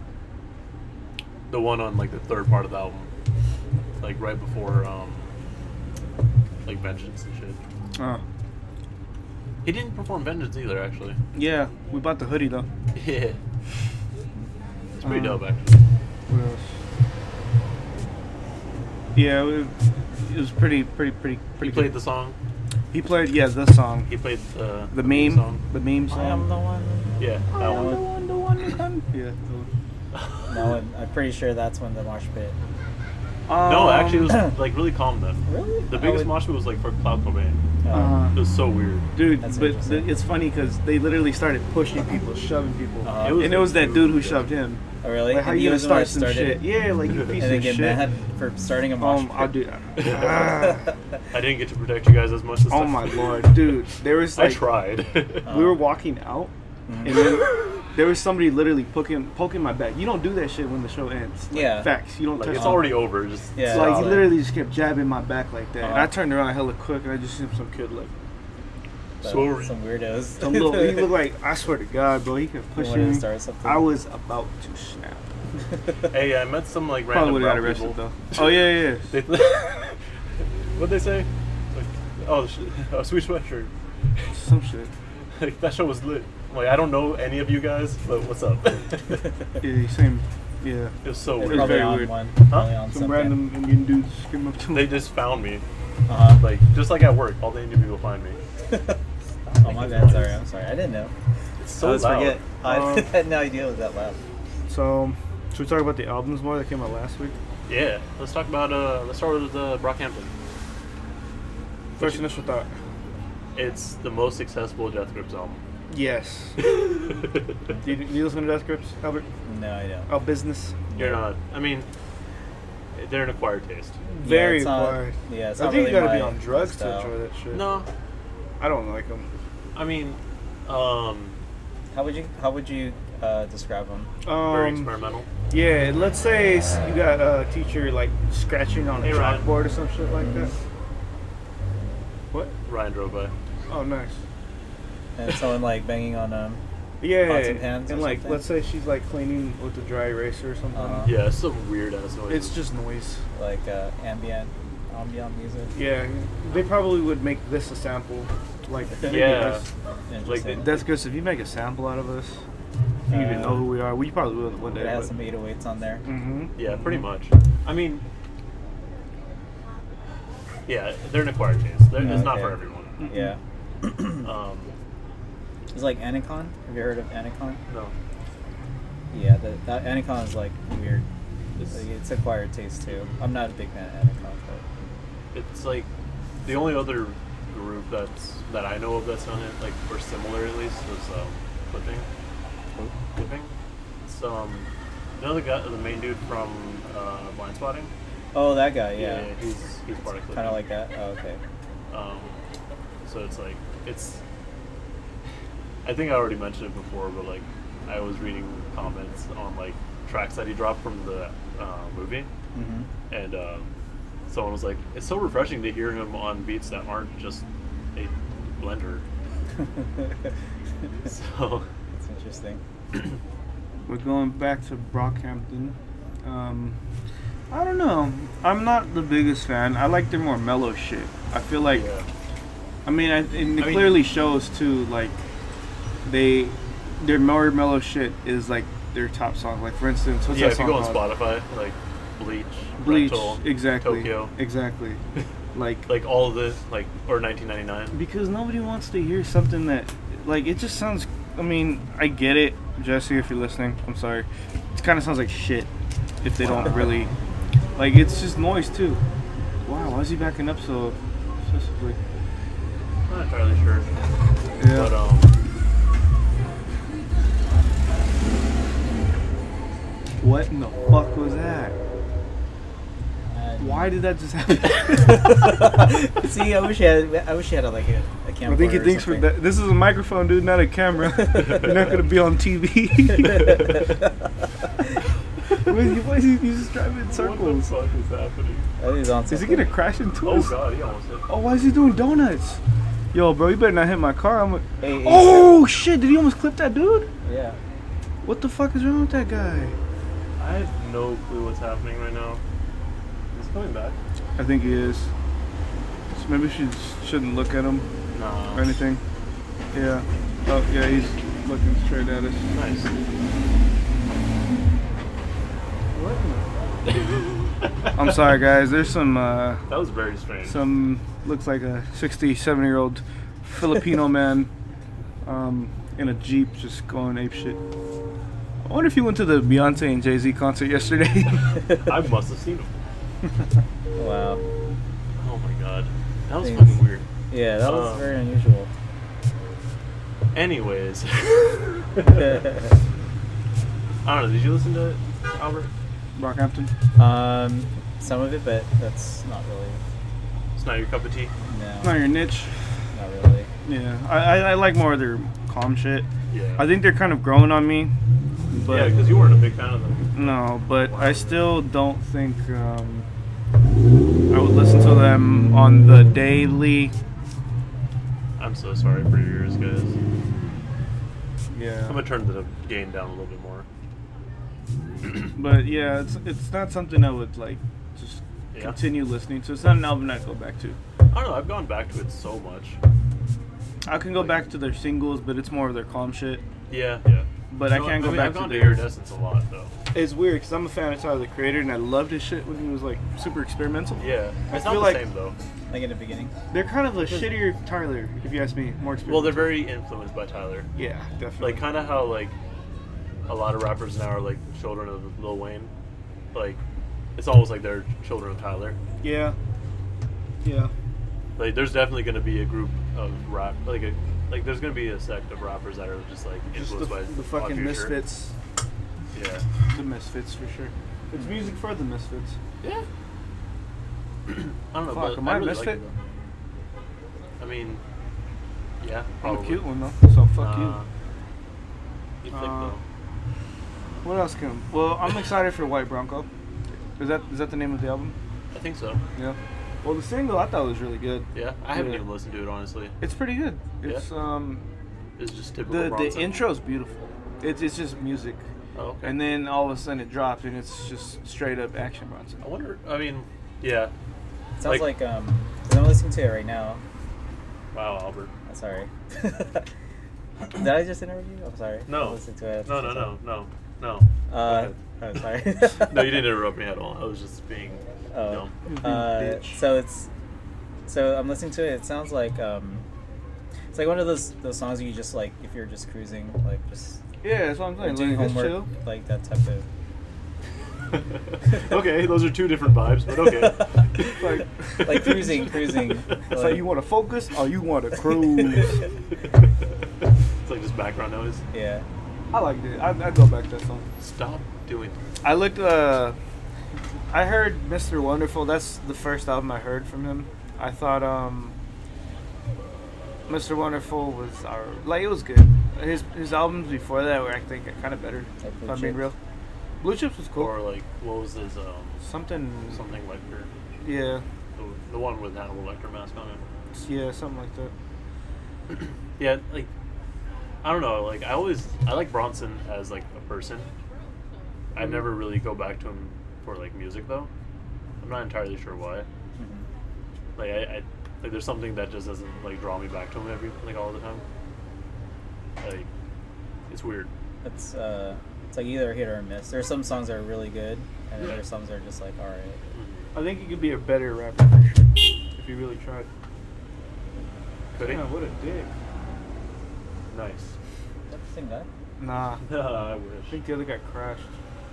[SPEAKER 3] The one on like the third part of the album, like right before um, like Vengeance and shit.
[SPEAKER 2] Oh.
[SPEAKER 3] He didn't perform Vengeance either, actually.
[SPEAKER 2] Yeah, we bought the hoodie though.
[SPEAKER 3] Yeah, it's pretty
[SPEAKER 2] Um,
[SPEAKER 3] dope actually.
[SPEAKER 2] What else? Yeah, we, it was pretty, pretty, pretty,
[SPEAKER 3] He
[SPEAKER 2] pretty.
[SPEAKER 3] played
[SPEAKER 2] good.
[SPEAKER 3] the song.
[SPEAKER 2] He played, yeah, the song,
[SPEAKER 3] He played uh,
[SPEAKER 2] the meme,
[SPEAKER 3] song.
[SPEAKER 2] the meme
[SPEAKER 1] I am
[SPEAKER 2] song.
[SPEAKER 1] the one.
[SPEAKER 3] Yeah, that one.
[SPEAKER 2] one, the one, the one. Yeah. that one.
[SPEAKER 1] No, I'm, I'm pretty sure that's when the mosh pit.
[SPEAKER 2] Um,
[SPEAKER 3] No, actually, it was like really calm though.
[SPEAKER 1] Really?
[SPEAKER 3] The
[SPEAKER 1] I
[SPEAKER 3] biggest
[SPEAKER 1] would-
[SPEAKER 3] mosh pit was like for Cloud Cobain.
[SPEAKER 1] Oh.
[SPEAKER 2] Uh-huh.
[SPEAKER 3] It was so weird.
[SPEAKER 2] Dude,
[SPEAKER 1] That's
[SPEAKER 2] but
[SPEAKER 1] interesting.
[SPEAKER 2] th- it's funny because they literally started pushing people, shoving people,
[SPEAKER 1] Uh-huh.
[SPEAKER 3] Uh, It was
[SPEAKER 2] and it was
[SPEAKER 3] the
[SPEAKER 2] that dude who
[SPEAKER 3] dude, yeah.
[SPEAKER 2] shoved him.
[SPEAKER 1] Oh, really?
[SPEAKER 2] Like, how
[SPEAKER 1] And he
[SPEAKER 2] you gonna
[SPEAKER 1] was the one
[SPEAKER 2] start
[SPEAKER 1] that
[SPEAKER 2] some
[SPEAKER 1] started
[SPEAKER 2] shit? Yeah, like you
[SPEAKER 1] And
[SPEAKER 2] piece
[SPEAKER 1] then
[SPEAKER 2] of
[SPEAKER 1] get
[SPEAKER 2] shit.
[SPEAKER 1] mad for starting a mosh
[SPEAKER 2] Um,
[SPEAKER 1] pit.
[SPEAKER 2] I'll do. Ah.
[SPEAKER 3] I didn't get to protect you guys as much as
[SPEAKER 2] oh
[SPEAKER 3] I-
[SPEAKER 2] my lord, dude! There was
[SPEAKER 3] I
[SPEAKER 2] like
[SPEAKER 3] tried.
[SPEAKER 2] we were walking out, and then
[SPEAKER 1] Mm-hmm.
[SPEAKER 2] there was somebody literally poking poking my back. You don't do that shit when the show ends. Like,
[SPEAKER 1] Yeah.
[SPEAKER 2] facts. You don't
[SPEAKER 3] like
[SPEAKER 2] touch.
[SPEAKER 3] it's
[SPEAKER 2] me.
[SPEAKER 3] already over. Just
[SPEAKER 1] Yeah.
[SPEAKER 2] It's
[SPEAKER 3] stop.
[SPEAKER 2] like he literally just kept jabbing my back like that, and
[SPEAKER 1] Uh-huh.
[SPEAKER 2] I turned around hella quick, and I just seen some kid like
[SPEAKER 1] But
[SPEAKER 3] Sorry.
[SPEAKER 1] Some weirdos.
[SPEAKER 2] some little. he looked like I swear to God, bro, he kept
[SPEAKER 1] wanted
[SPEAKER 2] pushing
[SPEAKER 1] to
[SPEAKER 2] me.
[SPEAKER 1] start something.
[SPEAKER 2] I was about to snap.
[SPEAKER 3] Hey, I met some like
[SPEAKER 2] Probably
[SPEAKER 3] random
[SPEAKER 2] would have got
[SPEAKER 3] brown
[SPEAKER 2] arrested
[SPEAKER 3] people.
[SPEAKER 2] though. Oh yeah, yeah.
[SPEAKER 3] They What'd they say? Like, oh, sh- a sweet sweatshirt.
[SPEAKER 2] Some shit.
[SPEAKER 3] Like that show was lit. Like I don't know any of you guys, but what's up? it
[SPEAKER 2] Yeah, same. Yeah.
[SPEAKER 3] was so
[SPEAKER 1] They're
[SPEAKER 2] It was
[SPEAKER 3] weird.
[SPEAKER 1] probably
[SPEAKER 2] very
[SPEAKER 1] on
[SPEAKER 2] weird.
[SPEAKER 1] one.
[SPEAKER 3] Huh?
[SPEAKER 1] probably on
[SPEAKER 2] Some
[SPEAKER 1] something.
[SPEAKER 2] random Indian dudes came up to me.
[SPEAKER 3] They just found me,
[SPEAKER 1] Uh-huh.
[SPEAKER 3] like just like at work. All the Indian people find me.
[SPEAKER 1] oh my bad. Sorry, I'm sorry. I didn't know.
[SPEAKER 3] It's
[SPEAKER 2] Oh,
[SPEAKER 1] I
[SPEAKER 3] so
[SPEAKER 1] always
[SPEAKER 3] loud.
[SPEAKER 1] forget. I
[SPEAKER 2] Um,
[SPEAKER 1] had no idea it was that loud.
[SPEAKER 2] So, um, should we talk about the albums more that came out last week?
[SPEAKER 3] Yeah, let's talk about. Uh, let's start with uh, Brockhampton.
[SPEAKER 2] First
[SPEAKER 3] you-
[SPEAKER 2] initial thought.
[SPEAKER 3] It's the most successful Death Grips album.
[SPEAKER 2] Yes. do, you, do you listen to Death Grips, Albert?
[SPEAKER 1] No, I don't.
[SPEAKER 2] Our business.
[SPEAKER 3] You're not. I mean, they're an acquired taste.
[SPEAKER 2] Very
[SPEAKER 1] it's not-
[SPEAKER 2] wide.
[SPEAKER 1] yeah, it's
[SPEAKER 2] I
[SPEAKER 1] not
[SPEAKER 2] think you
[SPEAKER 1] really
[SPEAKER 2] gotta be
[SPEAKER 1] my
[SPEAKER 2] on drugs
[SPEAKER 1] style.
[SPEAKER 2] to enjoy that shit.
[SPEAKER 3] No,
[SPEAKER 2] I don't like them.
[SPEAKER 3] I mean, um,
[SPEAKER 1] How would you How would you uh, describe them?
[SPEAKER 3] very
[SPEAKER 2] Um,
[SPEAKER 3] experimental.
[SPEAKER 2] yeah, let's say s- you got a teacher like scratching on a
[SPEAKER 3] Hey, Ryan.
[SPEAKER 2] chalkboard or some shit like that. What?
[SPEAKER 3] Ryan drove by.
[SPEAKER 2] Oh, nice.
[SPEAKER 1] And someone like banging on um.
[SPEAKER 2] Yeah,
[SPEAKER 1] Pots and pans or
[SPEAKER 2] and like
[SPEAKER 1] something?
[SPEAKER 2] let's say she's like cleaning with a dry eraser or something.
[SPEAKER 1] Uh-huh.
[SPEAKER 3] Yeah, it's some weird ass noise.
[SPEAKER 2] It's just noise.
[SPEAKER 1] like uh, ambient ambient music.
[SPEAKER 2] Yeah, they probably would make this a sample. Like maybe
[SPEAKER 3] Yeah.
[SPEAKER 2] this.
[SPEAKER 3] Like,
[SPEAKER 1] Interesting.
[SPEAKER 2] that's good. So if you make a sample out of us, you even
[SPEAKER 1] Uh,
[SPEAKER 2] know who we are. We probably will one day.
[SPEAKER 1] it has
[SPEAKER 2] But,
[SPEAKER 1] some 808s on there.
[SPEAKER 2] hmm
[SPEAKER 3] yeah, pretty much. I mean, yeah, they're an acquired taste. They're,
[SPEAKER 1] Yeah,
[SPEAKER 3] it's not
[SPEAKER 1] okay.
[SPEAKER 3] for everyone.
[SPEAKER 2] Mm-hmm.
[SPEAKER 1] Yeah,
[SPEAKER 3] Um,
[SPEAKER 1] it's like Anicon. Have you heard of Anicon?
[SPEAKER 3] no,
[SPEAKER 1] Yeah, that, that Anicon is like weird. It's,
[SPEAKER 3] It's-
[SPEAKER 1] like, it's acquired taste too. I'm not a big fan of Anicon, but
[SPEAKER 3] it's like the only other group that's that I know of that's done it like or similar at least was um, Flipping. Flipping. It's um, another guy, the main dude from uh, Blind Spotting.
[SPEAKER 1] oh, that guy, yeah,
[SPEAKER 3] he's he's part of Flipping.
[SPEAKER 1] kind of like that. Oh, okay,
[SPEAKER 3] Um, so it's like it's. I think I already mentioned it before, but like I was reading comments on like tracks that he dropped from the uh, movie,
[SPEAKER 1] mm-hmm.
[SPEAKER 3] and um, someone was like, "It's so refreshing to hear him on beats that aren't just a blender." So
[SPEAKER 1] it's interesting.
[SPEAKER 2] We're going back to Brockhampton. Um, I don't know. I'm not the biggest fan. I like their more mellow shit. I feel like.
[SPEAKER 3] yeah,
[SPEAKER 2] I mean, I, and it
[SPEAKER 3] I mean-
[SPEAKER 2] clearly shows too. Like they, their more mellow shit is like their top song. Like for instance, what's
[SPEAKER 3] yeah.
[SPEAKER 2] that
[SPEAKER 3] If you
[SPEAKER 2] song
[SPEAKER 3] go on
[SPEAKER 2] called?
[SPEAKER 3] Spotify, like Bleach,
[SPEAKER 2] Bleach,
[SPEAKER 3] Rental,
[SPEAKER 2] exactly,
[SPEAKER 3] Tokyo,
[SPEAKER 2] exactly. like
[SPEAKER 3] like all of this, like or 1999.
[SPEAKER 2] because nobody wants to hear something that like it just sounds. I mean, I get it, Jesse. If you're listening, I'm sorry. It kind of sounds like shit if they don't really like. It's just noise too. Wow, why is he backing up so obsessively?
[SPEAKER 3] I'm not entirely sure,
[SPEAKER 2] Yeah.
[SPEAKER 3] but um,
[SPEAKER 2] what in the fuck was that?
[SPEAKER 1] And-
[SPEAKER 2] Why did that just happen?
[SPEAKER 1] See, I wish I had. I wish I had a, like a, a camera.
[SPEAKER 2] I think he thinks for that. This is a microphone, dude, not a camera. You're not gonna be on TV. Why is he- why is he he's just driving in circles?
[SPEAKER 3] What the fuck is happening?
[SPEAKER 1] That is on.
[SPEAKER 2] Is he
[SPEAKER 1] something.
[SPEAKER 2] gonna crash into
[SPEAKER 3] Oh
[SPEAKER 2] us?
[SPEAKER 3] god, he almost hit.
[SPEAKER 2] Oh, why is he doing donuts? Yo, bro, you better not hit my car. I'm. A-
[SPEAKER 1] Hey, hey,
[SPEAKER 2] oh shit! Did he almost clip that dude?
[SPEAKER 1] Yeah.
[SPEAKER 2] What the fuck is wrong with that guy?
[SPEAKER 3] I have no clue what's happening right now. He's coming back.
[SPEAKER 2] I think he is. So maybe she shouldn't look at him
[SPEAKER 3] Nah.
[SPEAKER 2] or anything. Yeah. Oh yeah, he's looking straight at us.
[SPEAKER 3] Nice.
[SPEAKER 2] What? I'm sorry, guys. There's some uh,
[SPEAKER 3] That was very strange.
[SPEAKER 2] some looks like a 60, 70 year old Filipino man um, in a jeep just going ape shit. I wonder if he went to the Beyonce and Jay Z concert yesterday.
[SPEAKER 3] I must have seen him.
[SPEAKER 1] Wow.
[SPEAKER 3] Oh my god. That was
[SPEAKER 1] Thanks.
[SPEAKER 3] fucking weird.
[SPEAKER 1] Yeah, that was
[SPEAKER 3] Um,
[SPEAKER 1] very unusual.
[SPEAKER 3] Anyways. I don't know, did you listen to it, Albert?
[SPEAKER 2] Brockhampton.
[SPEAKER 1] um, some of it, but that's not really.
[SPEAKER 3] It's not your cup of tea?
[SPEAKER 1] No,
[SPEAKER 2] Not your niche.
[SPEAKER 1] not really.
[SPEAKER 2] Yeah, I, I, I like more of their calm shit.
[SPEAKER 3] Yeah.
[SPEAKER 2] I think they're kind of growing on me.
[SPEAKER 3] yeah,
[SPEAKER 2] But
[SPEAKER 3] because you weren't a big fan of them.
[SPEAKER 2] no, but I still don't think um, I would listen to them on the daily.
[SPEAKER 3] I'm so sorry for your ears, guys. I'm
[SPEAKER 2] Yeah.
[SPEAKER 3] gonna turn the gain down a little bit more.
[SPEAKER 2] But yeah, it's it's not something I would like just
[SPEAKER 3] Yeah.
[SPEAKER 2] continue listening to. It's not an album I go back to.
[SPEAKER 3] I don't know, I've gone back to it so much.
[SPEAKER 2] I can go back to their singles, but it's more of their calm shit.
[SPEAKER 3] Yeah, yeah.
[SPEAKER 2] But I can't go
[SPEAKER 3] mean,
[SPEAKER 2] back
[SPEAKER 3] I've
[SPEAKER 2] to
[SPEAKER 3] gone to
[SPEAKER 2] the-
[SPEAKER 3] Iridescence a lot though.
[SPEAKER 2] It's weird because I'm a fan of Tyler the Creator, and I loved his shit when he was like super experimental.
[SPEAKER 3] Yeah,
[SPEAKER 2] I
[SPEAKER 3] it's not
[SPEAKER 2] feel
[SPEAKER 3] the
[SPEAKER 2] like-
[SPEAKER 3] same though.
[SPEAKER 1] Like in the beginning.
[SPEAKER 2] They're kind of a shittier Tyler, if you ask me. More experimental.
[SPEAKER 3] Well, they're very influenced by Tyler.
[SPEAKER 2] yeah, definitely.
[SPEAKER 3] Like kind of how like a lot of rappers now are like children of Lil Wayne. Like it's almost like they're children of Tyler.
[SPEAKER 2] yeah, yeah.
[SPEAKER 3] Like there's definitely going to be a group of rap like a like there's going to be a sect of rappers that are just like
[SPEAKER 2] Just
[SPEAKER 3] influenced
[SPEAKER 2] the,
[SPEAKER 3] by
[SPEAKER 2] the
[SPEAKER 3] Odd
[SPEAKER 2] fucking
[SPEAKER 3] Future.
[SPEAKER 2] misfits.
[SPEAKER 3] Yeah.
[SPEAKER 2] The misfits for sure. It's music for the misfits.
[SPEAKER 3] Yeah. I don't know.
[SPEAKER 2] Fuck,
[SPEAKER 3] but
[SPEAKER 2] am
[SPEAKER 3] I
[SPEAKER 2] I a
[SPEAKER 3] really like
[SPEAKER 2] misfit?
[SPEAKER 3] it, though. I mean, yeah.
[SPEAKER 2] I'm a
[SPEAKER 3] Probably.
[SPEAKER 2] cute one though, so fuck
[SPEAKER 3] Nah. You think
[SPEAKER 2] Uh,
[SPEAKER 3] though?
[SPEAKER 2] you. What else can? Well, I'm excited for White Bronco. Is that is that the name of the album?
[SPEAKER 3] I think so.
[SPEAKER 2] Yeah. Well, the single I thought was really good.
[SPEAKER 3] Yeah, I haven't
[SPEAKER 2] Yeah.
[SPEAKER 3] even listened to it honestly.
[SPEAKER 2] It's pretty good.
[SPEAKER 3] Yeah?
[SPEAKER 2] It's um
[SPEAKER 3] It's just typical.
[SPEAKER 2] the the
[SPEAKER 3] Bronson.
[SPEAKER 2] intro's beautiful. It's it's just music,
[SPEAKER 3] Oh, okay.
[SPEAKER 2] and then all of a sudden it drops and it's just straight up action Bronson.
[SPEAKER 3] I wonder. I mean, yeah.
[SPEAKER 1] It sounds
[SPEAKER 3] Like-
[SPEAKER 1] like, um, 'cause I'm listening to it right now.
[SPEAKER 3] Wow, Albert.
[SPEAKER 1] I'm sorry. Did I just interrupt you? I'm sorry.
[SPEAKER 3] No.
[SPEAKER 1] I'm listening to it at the
[SPEAKER 3] No,
[SPEAKER 1] same
[SPEAKER 3] no, no,
[SPEAKER 1] time.
[SPEAKER 3] no, no.
[SPEAKER 1] Uh, oh, sorry.
[SPEAKER 3] no, you didn't interrupt me at all. I was just being
[SPEAKER 1] Oh.
[SPEAKER 3] dumb.
[SPEAKER 1] Uh,
[SPEAKER 2] Bitch.
[SPEAKER 1] so it's so I'm listening to it. It sounds like um, it's like one of those those songs you just like if you're just cruising, like just
[SPEAKER 2] Yeah, that's what I'm
[SPEAKER 1] like,
[SPEAKER 2] saying.
[SPEAKER 1] doing
[SPEAKER 2] like, it's
[SPEAKER 1] homework,
[SPEAKER 2] chill.
[SPEAKER 1] like that type of.
[SPEAKER 3] okay, those are two different vibes, but okay.
[SPEAKER 2] It's like-
[SPEAKER 1] Like cruising, cruising.
[SPEAKER 2] It's like you want to focus or you want to cruise.
[SPEAKER 3] it's like just background noise.
[SPEAKER 1] Yeah.
[SPEAKER 2] I liked it. I I go back to that song.
[SPEAKER 3] Stop doing. that.
[SPEAKER 2] I looked. Uh, I heard Mr. Wonderful. That's the first album I heard from him. I thought um, Mr. Wonderful was our like it was good. His his albums before that were I think kind of better.
[SPEAKER 1] Like
[SPEAKER 2] if
[SPEAKER 1] Blue
[SPEAKER 2] I'm being
[SPEAKER 1] Chips?
[SPEAKER 2] real. Blue Chips was cool.
[SPEAKER 3] Or like, what was his um
[SPEAKER 2] something.
[SPEAKER 3] something like your,
[SPEAKER 2] Yeah.
[SPEAKER 3] the, the one with Hannibal Lecter mask on it?
[SPEAKER 2] Yeah. Something like that.
[SPEAKER 3] Yeah, like I don't know. Like I always I like Bronson as like a person. I never really go back to him for like music though. I'm not entirely sure why.
[SPEAKER 1] Mhm.
[SPEAKER 3] Like I, I like there's something that just doesn't like draw me back to him every like all the time. Like it's weird.
[SPEAKER 1] It's uh, it's like either hit or miss. There's some songs that are really good, and then
[SPEAKER 3] Yeah.
[SPEAKER 1] there's some that are just like all right.
[SPEAKER 3] Mm-hmm.
[SPEAKER 2] I think he could be a better rapper for sure, if he really tried.
[SPEAKER 3] Could he?
[SPEAKER 2] Yeah, what a dick.
[SPEAKER 3] Nice.
[SPEAKER 1] Is that the thing that?
[SPEAKER 2] Nah.
[SPEAKER 3] I
[SPEAKER 2] I
[SPEAKER 3] wish.
[SPEAKER 2] think the other guy crashed.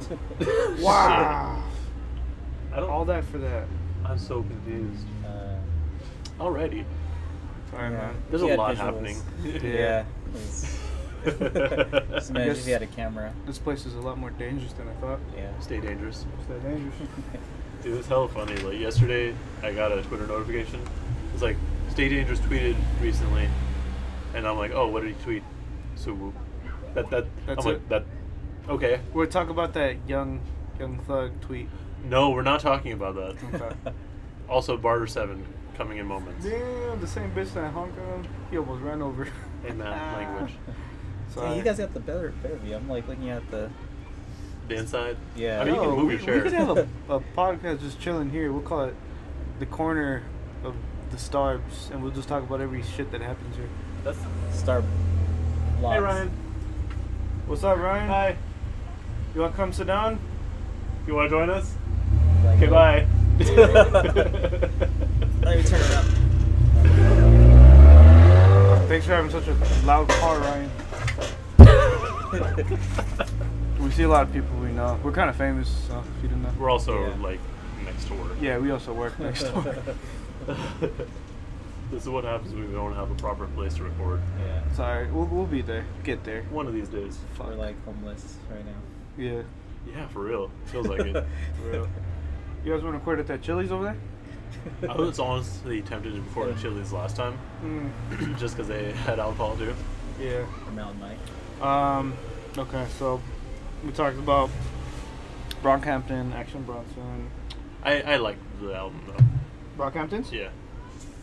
[SPEAKER 3] Shit.
[SPEAKER 2] Wow.
[SPEAKER 3] I don't.
[SPEAKER 2] All that for that.
[SPEAKER 3] I'm so confused.
[SPEAKER 1] Uh,
[SPEAKER 3] Already.
[SPEAKER 2] Sorry,
[SPEAKER 1] Yeah.
[SPEAKER 2] man.
[SPEAKER 3] There's
[SPEAKER 1] He
[SPEAKER 3] a
[SPEAKER 1] had
[SPEAKER 3] lot
[SPEAKER 1] visuals.
[SPEAKER 3] happening.
[SPEAKER 1] yeah.
[SPEAKER 2] Yeah.
[SPEAKER 1] it was-
[SPEAKER 3] I
[SPEAKER 1] just imagine
[SPEAKER 2] guess-
[SPEAKER 1] if you had a camera.
[SPEAKER 2] This place is a lot more dangerous than I thought.
[SPEAKER 1] Yeah.
[SPEAKER 3] Stay dangerous.
[SPEAKER 2] It's that dangerous.
[SPEAKER 3] Dude, it's hella funny. Like yesterday, I got a Twitter notification. It's like Stay Dangerous tweeted recently, and I'm like, oh, what did he tweet? So whoop. that that
[SPEAKER 2] That's
[SPEAKER 3] I'm like
[SPEAKER 2] it?
[SPEAKER 3] that. Okay,
[SPEAKER 2] We'll talk about that young, young thug tweet.
[SPEAKER 3] no, we're not talking about that.
[SPEAKER 2] Okay.
[SPEAKER 3] Also, Barter Seven coming in moments.
[SPEAKER 2] Damn, the same bitch that Hong Kong. He almost ran over.
[SPEAKER 3] In that language,
[SPEAKER 1] Yeah,
[SPEAKER 2] Sorry.
[SPEAKER 1] you guys got the better better view. I'm like looking at the.
[SPEAKER 3] the inside.
[SPEAKER 1] Yeah.
[SPEAKER 3] I mean, you
[SPEAKER 2] No,
[SPEAKER 3] can move
[SPEAKER 2] we,
[SPEAKER 3] your chair.
[SPEAKER 2] We could have a, a podcast just chilling here. We'll call it the corner of the stars, and we'll just talk about every shit that happens here.
[SPEAKER 3] That's.
[SPEAKER 1] Star.
[SPEAKER 3] Hey
[SPEAKER 1] Blocks.
[SPEAKER 3] Ryan.
[SPEAKER 2] What's up, Ryan?
[SPEAKER 3] Hi.
[SPEAKER 2] You want to come sit down?
[SPEAKER 3] You want to join us?
[SPEAKER 1] Like,
[SPEAKER 3] Okay,
[SPEAKER 1] uh,
[SPEAKER 3] bye.
[SPEAKER 1] Let me turn it up.
[SPEAKER 2] Thanks for having such a loud car, Ryan. We see a lot of people we know. We're kind of famous, so if you didn't know.
[SPEAKER 3] We're also
[SPEAKER 1] Yeah.
[SPEAKER 3] like next door.
[SPEAKER 2] Yeah, we also work next door.
[SPEAKER 3] this is what happens when we don't have a proper place to record.
[SPEAKER 1] Yeah.
[SPEAKER 2] It's alright. We'll, we'll be there. Get there.
[SPEAKER 3] One of these days.
[SPEAKER 1] We're like homeless right now.
[SPEAKER 2] Yeah.
[SPEAKER 3] Yeah, for real. Feels like it.
[SPEAKER 2] real. You guys want to quit at that Chili's over there?
[SPEAKER 3] I was honestly tempted to record at Chili's last time,
[SPEAKER 2] Mm.
[SPEAKER 3] just because they had alcohol too.
[SPEAKER 2] Yeah.
[SPEAKER 1] Mountain Mike.
[SPEAKER 2] Um. Okay, so we talked about Brockhampton, Action Bronson.
[SPEAKER 3] I I like the album though.
[SPEAKER 2] Brockhampton's?
[SPEAKER 3] Yeah,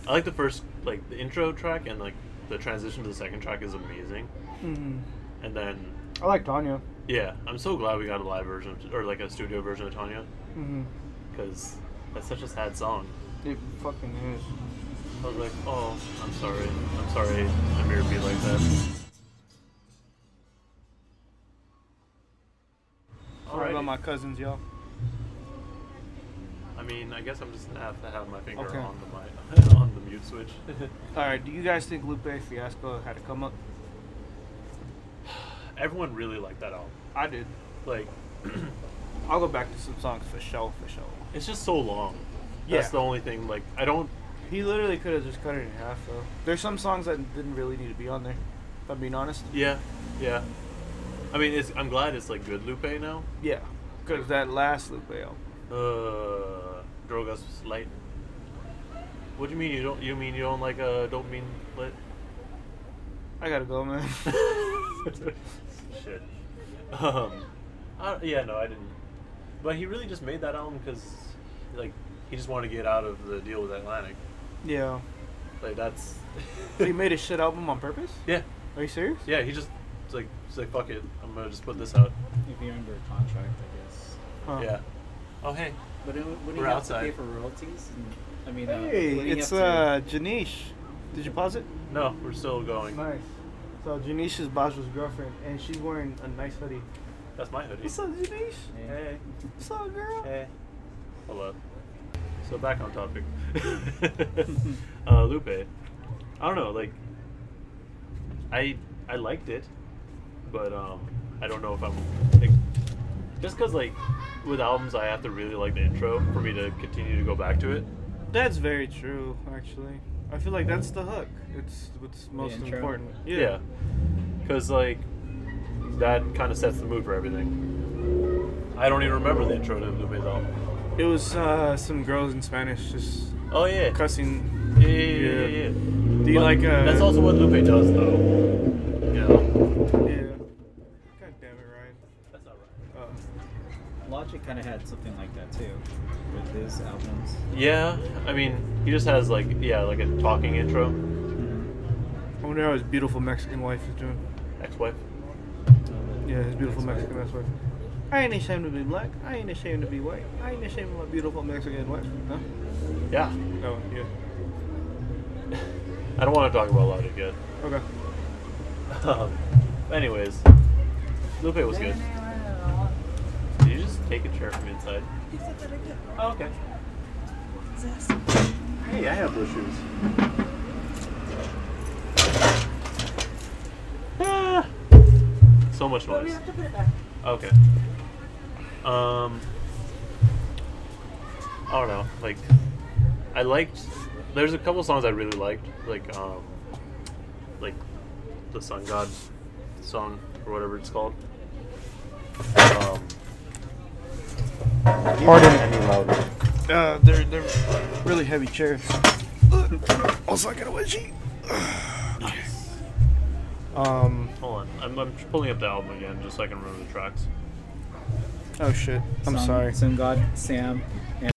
[SPEAKER 3] I like the first like the intro track and like the transition to the second track is amazing.
[SPEAKER 2] Mm.
[SPEAKER 3] And then
[SPEAKER 2] I like Tanya.
[SPEAKER 3] yeah, I'm so glad we got a live version of, or like a studio version of Tanya
[SPEAKER 2] Mm.
[SPEAKER 3] because that's such a sad song.
[SPEAKER 2] It fucking is.
[SPEAKER 3] I was like, oh, I'm sorry. I'm sorry Amir be like that.
[SPEAKER 2] Sorry about
[SPEAKER 3] Alrighty.
[SPEAKER 2] my cousins, y'all.
[SPEAKER 3] I mean, I guess I'm just gonna have to have my finger
[SPEAKER 2] Okay.
[SPEAKER 3] on the mic, on the mute switch.
[SPEAKER 2] All right, do you guys think Lupe Fiasco had to come up?
[SPEAKER 3] Everyone really liked that album.
[SPEAKER 2] I did.
[SPEAKER 3] Like,
[SPEAKER 2] I'll go back to some songs for show, for show.
[SPEAKER 3] it's just so long.
[SPEAKER 2] Yeah.
[SPEAKER 3] That's the only thing. Like, I don't.
[SPEAKER 2] He literally could have just cut it in half, though. There's some songs that didn't really need to be on there. If I'm being honest.
[SPEAKER 3] Yeah, yeah. I mean, it's. I'm glad it's like good Lupe now.
[SPEAKER 2] Yeah, because that last Lupe album.
[SPEAKER 3] Uh, Drogas Light. What do you mean you don't? You mean you don't like uh don't mean lit?
[SPEAKER 2] I gotta go, man.
[SPEAKER 3] Shit. Um, I, yeah, no, I didn't. But he really just made that album because, like, he just wanted to get out of the deal with Atlantic.
[SPEAKER 2] yeah.
[SPEAKER 3] Like that's.
[SPEAKER 2] So he made a shit album on purpose?
[SPEAKER 3] Yeah,
[SPEAKER 2] Are you serious?
[SPEAKER 3] yeah. He just it's like it's like fuck it. I'm gonna just put this out.
[SPEAKER 1] If you're under contract, I guess.
[SPEAKER 2] Huh.
[SPEAKER 3] Yeah. Oh hey.
[SPEAKER 1] But it, would
[SPEAKER 3] We're
[SPEAKER 1] you have
[SPEAKER 3] outside.
[SPEAKER 1] to pay for royalties? And, I mean, uh,
[SPEAKER 2] Hey,
[SPEAKER 1] wouldn't you
[SPEAKER 2] it's uh,
[SPEAKER 1] have
[SPEAKER 2] Janish. Did you pause it?
[SPEAKER 3] No, we're still going.
[SPEAKER 2] Nice. So Janish is Baja's girlfriend, and she's wearing a nice hoodie.
[SPEAKER 3] That's my hoodie.
[SPEAKER 2] What's up, Janish?
[SPEAKER 1] Hey.
[SPEAKER 2] What's up, girl?
[SPEAKER 3] Hello. So back on topic. uh, Lupe. I don't know. Like, I I liked it, but um, I don't know if I'm like, just because like with albums I have to really like the intro for me to continue to go back to it.
[SPEAKER 2] That's very true, actually. I feel like that's the hook. It's what's most
[SPEAKER 1] intro.
[SPEAKER 2] important.
[SPEAKER 3] Because like that kind of sets the mood for everything. I don't even remember the intro to Lupe's album.
[SPEAKER 2] It was uh, some girls in Spanish just
[SPEAKER 3] Oh yeah.
[SPEAKER 2] cussing.
[SPEAKER 3] Yeah, yeah, yeah, yeah. yeah.
[SPEAKER 2] Do you
[SPEAKER 3] But
[SPEAKER 2] like uh?
[SPEAKER 3] That's also what Lupe does, though. Yeah.
[SPEAKER 2] Yeah. God damn it, Ryan.
[SPEAKER 3] That's not right.
[SPEAKER 2] Uh,
[SPEAKER 1] Logic kind of had something like that too with his albums.
[SPEAKER 3] Yeah, I mean, he just has like yeah, like a talking intro.
[SPEAKER 2] I wonder how his beautiful Mexican wife is doing.
[SPEAKER 3] Ex-wife.
[SPEAKER 2] Yeah, his beautiful
[SPEAKER 1] Ex-wife.
[SPEAKER 2] Mexican wife. I ain't ashamed to be black. I ain't ashamed to be white. I ain't ashamed of my beautiful Mexican wife. Huh?
[SPEAKER 3] Yeah.
[SPEAKER 2] No, yeah.
[SPEAKER 3] I don't want to talk about Logic yet.
[SPEAKER 2] Okay.
[SPEAKER 3] Um, anyways, Lupe was good. Did you just take a chair from inside? Oh, okay. Hey, I have those shoes. Ah, so much noise. Okay. Um, I don't know. Like, I liked. There's a couple songs I really liked, like um, like the Sun God song or whatever it's called. Um,
[SPEAKER 2] Pardon. Uh, they're they're really heavy chairs. Also, I got a wedgie.
[SPEAKER 3] nice.
[SPEAKER 2] Um.
[SPEAKER 3] Hold on, I'm, I'm pulling up the album again just so I can remember the tracks.
[SPEAKER 2] Oh shit. I'm
[SPEAKER 1] Sun-
[SPEAKER 2] sorry.
[SPEAKER 1] Sun God, Sam, and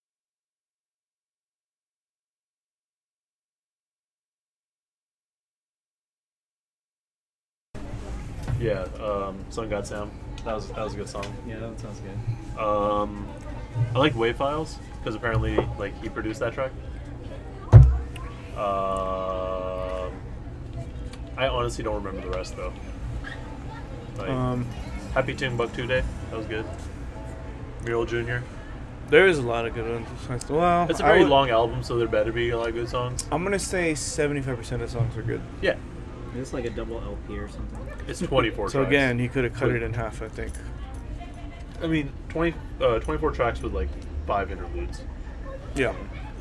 [SPEAKER 3] Yeah, um, Sun God Sam. That was that was a good song.
[SPEAKER 1] yeah, that one sounds good.
[SPEAKER 3] Um, I like Wave Files because apparently, like, he produced that track. Um, I honestly don't remember the rest though. Like,
[SPEAKER 2] Um.
[SPEAKER 3] Happy Timbuktu Day. That was good. Mural Jr.
[SPEAKER 2] There is a lot of good ones. Well,
[SPEAKER 3] It's a
[SPEAKER 2] I
[SPEAKER 3] very
[SPEAKER 2] would-
[SPEAKER 3] long album, so there better be a lot of good songs.
[SPEAKER 2] I'm gonna say 75% of the songs are good.
[SPEAKER 3] Yeah,
[SPEAKER 1] Is this like a double LP or something?
[SPEAKER 3] it's 24
[SPEAKER 2] so
[SPEAKER 3] tracks.
[SPEAKER 2] again, he could have cut it in half, I think.
[SPEAKER 3] I mean, 20, uh, 24 tracks with like five interludes.
[SPEAKER 2] Yeah.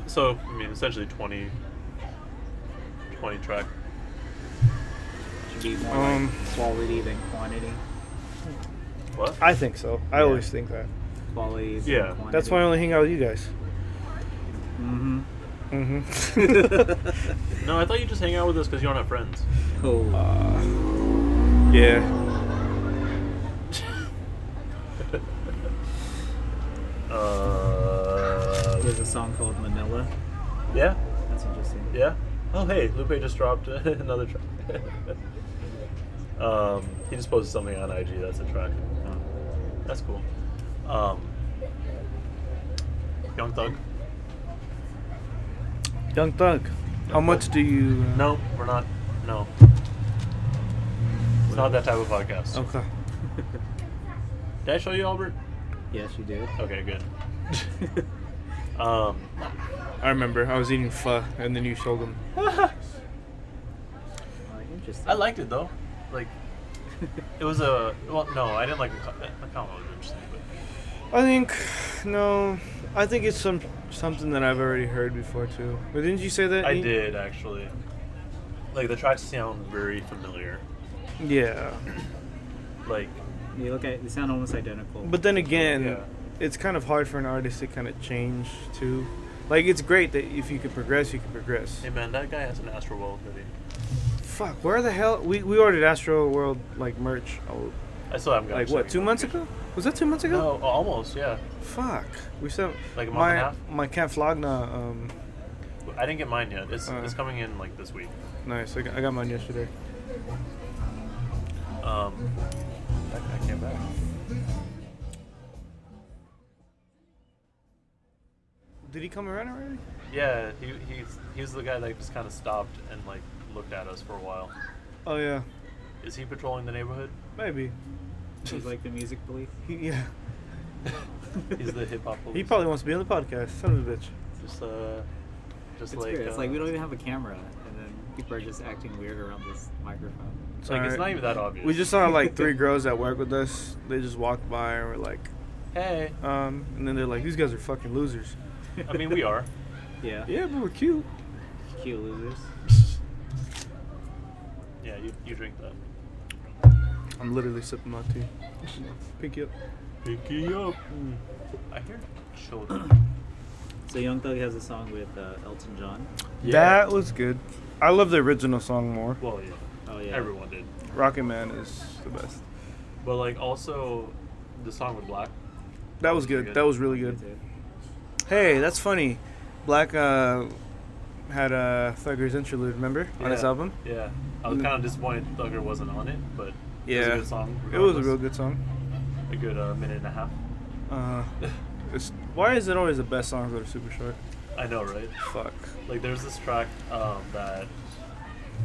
[SPEAKER 3] So, I mean, essentially 20, 20 track.
[SPEAKER 1] Should be more
[SPEAKER 2] Um,
[SPEAKER 1] like quality than quantity.
[SPEAKER 3] What?
[SPEAKER 2] I think so. I
[SPEAKER 1] Yeah.
[SPEAKER 2] always think that.
[SPEAKER 1] Quality. than
[SPEAKER 3] Yeah.
[SPEAKER 1] quantity.
[SPEAKER 2] That's why I only hang out with you guys.
[SPEAKER 1] Mm-hmm.
[SPEAKER 2] Mm-hmm.
[SPEAKER 3] No, I thought you just hang out with us because you don't have friends.
[SPEAKER 1] Oh,
[SPEAKER 2] yeah.
[SPEAKER 3] Uh,
[SPEAKER 1] there's a song called Manila.
[SPEAKER 3] Uh, yeah,
[SPEAKER 1] That's interesting.
[SPEAKER 3] yeah. Oh, hey, Lupe just dropped another track. um, he just posted something on IG. That's a track. Oh, that's cool. Um, Young Thug.
[SPEAKER 2] Young Thug. How much do you? Uh,
[SPEAKER 3] No, we're not. No. It's not that type of podcast.
[SPEAKER 2] Okay.
[SPEAKER 3] Did I show you Albert?
[SPEAKER 1] Yes, you did.
[SPEAKER 3] Okay, good. um,
[SPEAKER 2] I remember. I was eating pho, and then you showed them.
[SPEAKER 1] Oh, Interesting.
[SPEAKER 3] I liked it though. Like, it was a well, no, I didn't like the, co- the combo was interesting, but
[SPEAKER 2] I think no. I think it's some something that I've already heard before too. But didn't you say that?
[SPEAKER 3] I
[SPEAKER 2] Ian?
[SPEAKER 3] did actually. Like the tracks sound very familiar.
[SPEAKER 2] Yeah.
[SPEAKER 3] Like,
[SPEAKER 1] You look at they sound almost identical.
[SPEAKER 2] But then again,
[SPEAKER 3] Yeah.
[SPEAKER 2] it's kind of hard for an artist to kind of change too. Like it's great that if you could progress, you could progress.
[SPEAKER 3] hey man, that guy has an Astro World hoodie.
[SPEAKER 2] Fuck, where the hell we, we ordered Astro World like merch? Oh,
[SPEAKER 3] I still haven't got.
[SPEAKER 2] like what? Two months ago? Was that two months ago?
[SPEAKER 3] No, oh, almost. Yeah,
[SPEAKER 2] Fuck. We sent
[SPEAKER 3] Like a month
[SPEAKER 2] my
[SPEAKER 3] and a half?
[SPEAKER 2] my Camp Flogna. Um,
[SPEAKER 3] I didn't get mine yet. It's
[SPEAKER 2] Uh.
[SPEAKER 3] it's coming in like this week.
[SPEAKER 2] nice. I got, I got mine yesterday.
[SPEAKER 3] Um, that guy came back.
[SPEAKER 2] Did he come around already?
[SPEAKER 3] Yeah, he he's he's the guy that just kind of stopped and like looked at us for a while.
[SPEAKER 2] Oh yeah,
[SPEAKER 3] Is he patrolling the neighborhood?
[SPEAKER 2] maybe.
[SPEAKER 1] He's like the music police.
[SPEAKER 2] He, yeah.
[SPEAKER 3] He's the hip hop.
[SPEAKER 2] He probably wants to be on the podcast. Son of a bitch.
[SPEAKER 3] just uh, just
[SPEAKER 1] It's
[SPEAKER 3] like
[SPEAKER 1] weird. It's
[SPEAKER 3] uh,
[SPEAKER 1] like we don't even have a camera, and then people are just acting weird around this microphone.
[SPEAKER 3] it's like, it's not even that obvious.
[SPEAKER 2] We just saw like three girls that work with us. They just walked by and were like,
[SPEAKER 3] hey.
[SPEAKER 2] um, and then they're like, these guys are fucking losers.
[SPEAKER 3] I mean, we are.
[SPEAKER 1] Yeah.
[SPEAKER 2] Yeah, but we're cute.
[SPEAKER 1] Cute losers.
[SPEAKER 3] Yeah, you, you drink that.
[SPEAKER 2] I'm literally sipping my tea. Pick you up.
[SPEAKER 3] Pinky up. I hear children.
[SPEAKER 1] So Young Thug has a song with uh, Elton John.
[SPEAKER 3] Yeah.
[SPEAKER 2] That was good. I love the original song more.
[SPEAKER 3] Well, yeah,
[SPEAKER 1] Oh yeah.
[SPEAKER 3] everyone did.
[SPEAKER 2] Rocket Man is the best.
[SPEAKER 3] But like also, the song with Black.
[SPEAKER 2] That was good. That was really
[SPEAKER 1] Me
[SPEAKER 2] good.
[SPEAKER 1] too.
[SPEAKER 2] Hey, that's funny. Black uh, had a Thugger's interlude, remember, on his
[SPEAKER 3] Yeah.
[SPEAKER 2] album?
[SPEAKER 3] Yeah, I was kind of disappointed Thugger wasn't on it, but it was a
[SPEAKER 2] Yeah.
[SPEAKER 3] good song.
[SPEAKER 2] It was a
[SPEAKER 3] regardless.
[SPEAKER 2] real good song.
[SPEAKER 3] A good uh, minute and a half.
[SPEAKER 2] Uh, it's, why is it always the best songs that are super short?
[SPEAKER 3] I know, right?
[SPEAKER 2] Fuck.
[SPEAKER 3] Like there's this track um, that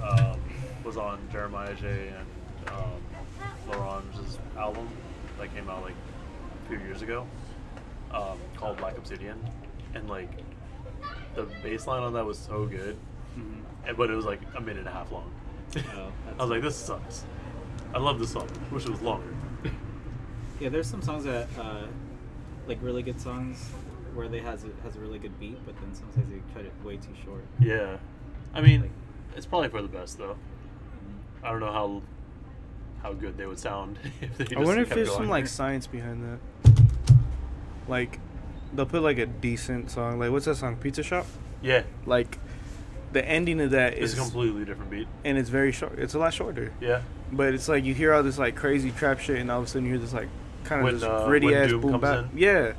[SPEAKER 3] um, was on Jeremiah J and um, Larange's album that came out like a few years ago um, called Black Obsidian, and like the bass line on that was so good,
[SPEAKER 1] Mhm.
[SPEAKER 3] and- but it was like a minute and a half long.
[SPEAKER 1] Oh,
[SPEAKER 3] I was like, this sucks. I love this song. Wish it was longer.
[SPEAKER 1] Yeah, there's some songs that, uh, like really good songs, where they has a, has a really good beat, but then sometimes they cut it way too short.
[SPEAKER 3] Yeah, I mean, it's probably for the best though.
[SPEAKER 1] Mhm.
[SPEAKER 3] I don't know how how good they would sound if they. Just
[SPEAKER 2] I wonder if
[SPEAKER 3] kept
[SPEAKER 2] there's
[SPEAKER 3] going.
[SPEAKER 2] some like science behind that. Like, they'll put like a decent song. Like, what's that song? Pizza Shop.
[SPEAKER 3] Yeah,
[SPEAKER 2] Like, the ending of that
[SPEAKER 3] it's
[SPEAKER 2] is,
[SPEAKER 3] a completely different beat.
[SPEAKER 2] and it's very short. It's a lot shorter.
[SPEAKER 3] Yeah,
[SPEAKER 2] But it's like you hear all this like crazy trap shit, and all of a sudden you hear this like kind
[SPEAKER 3] When,
[SPEAKER 2] of this
[SPEAKER 3] uh,
[SPEAKER 2] gritty
[SPEAKER 3] when
[SPEAKER 2] ass
[SPEAKER 3] Doom
[SPEAKER 2] boom
[SPEAKER 3] comes
[SPEAKER 2] bap.
[SPEAKER 3] in?
[SPEAKER 2] Yeah,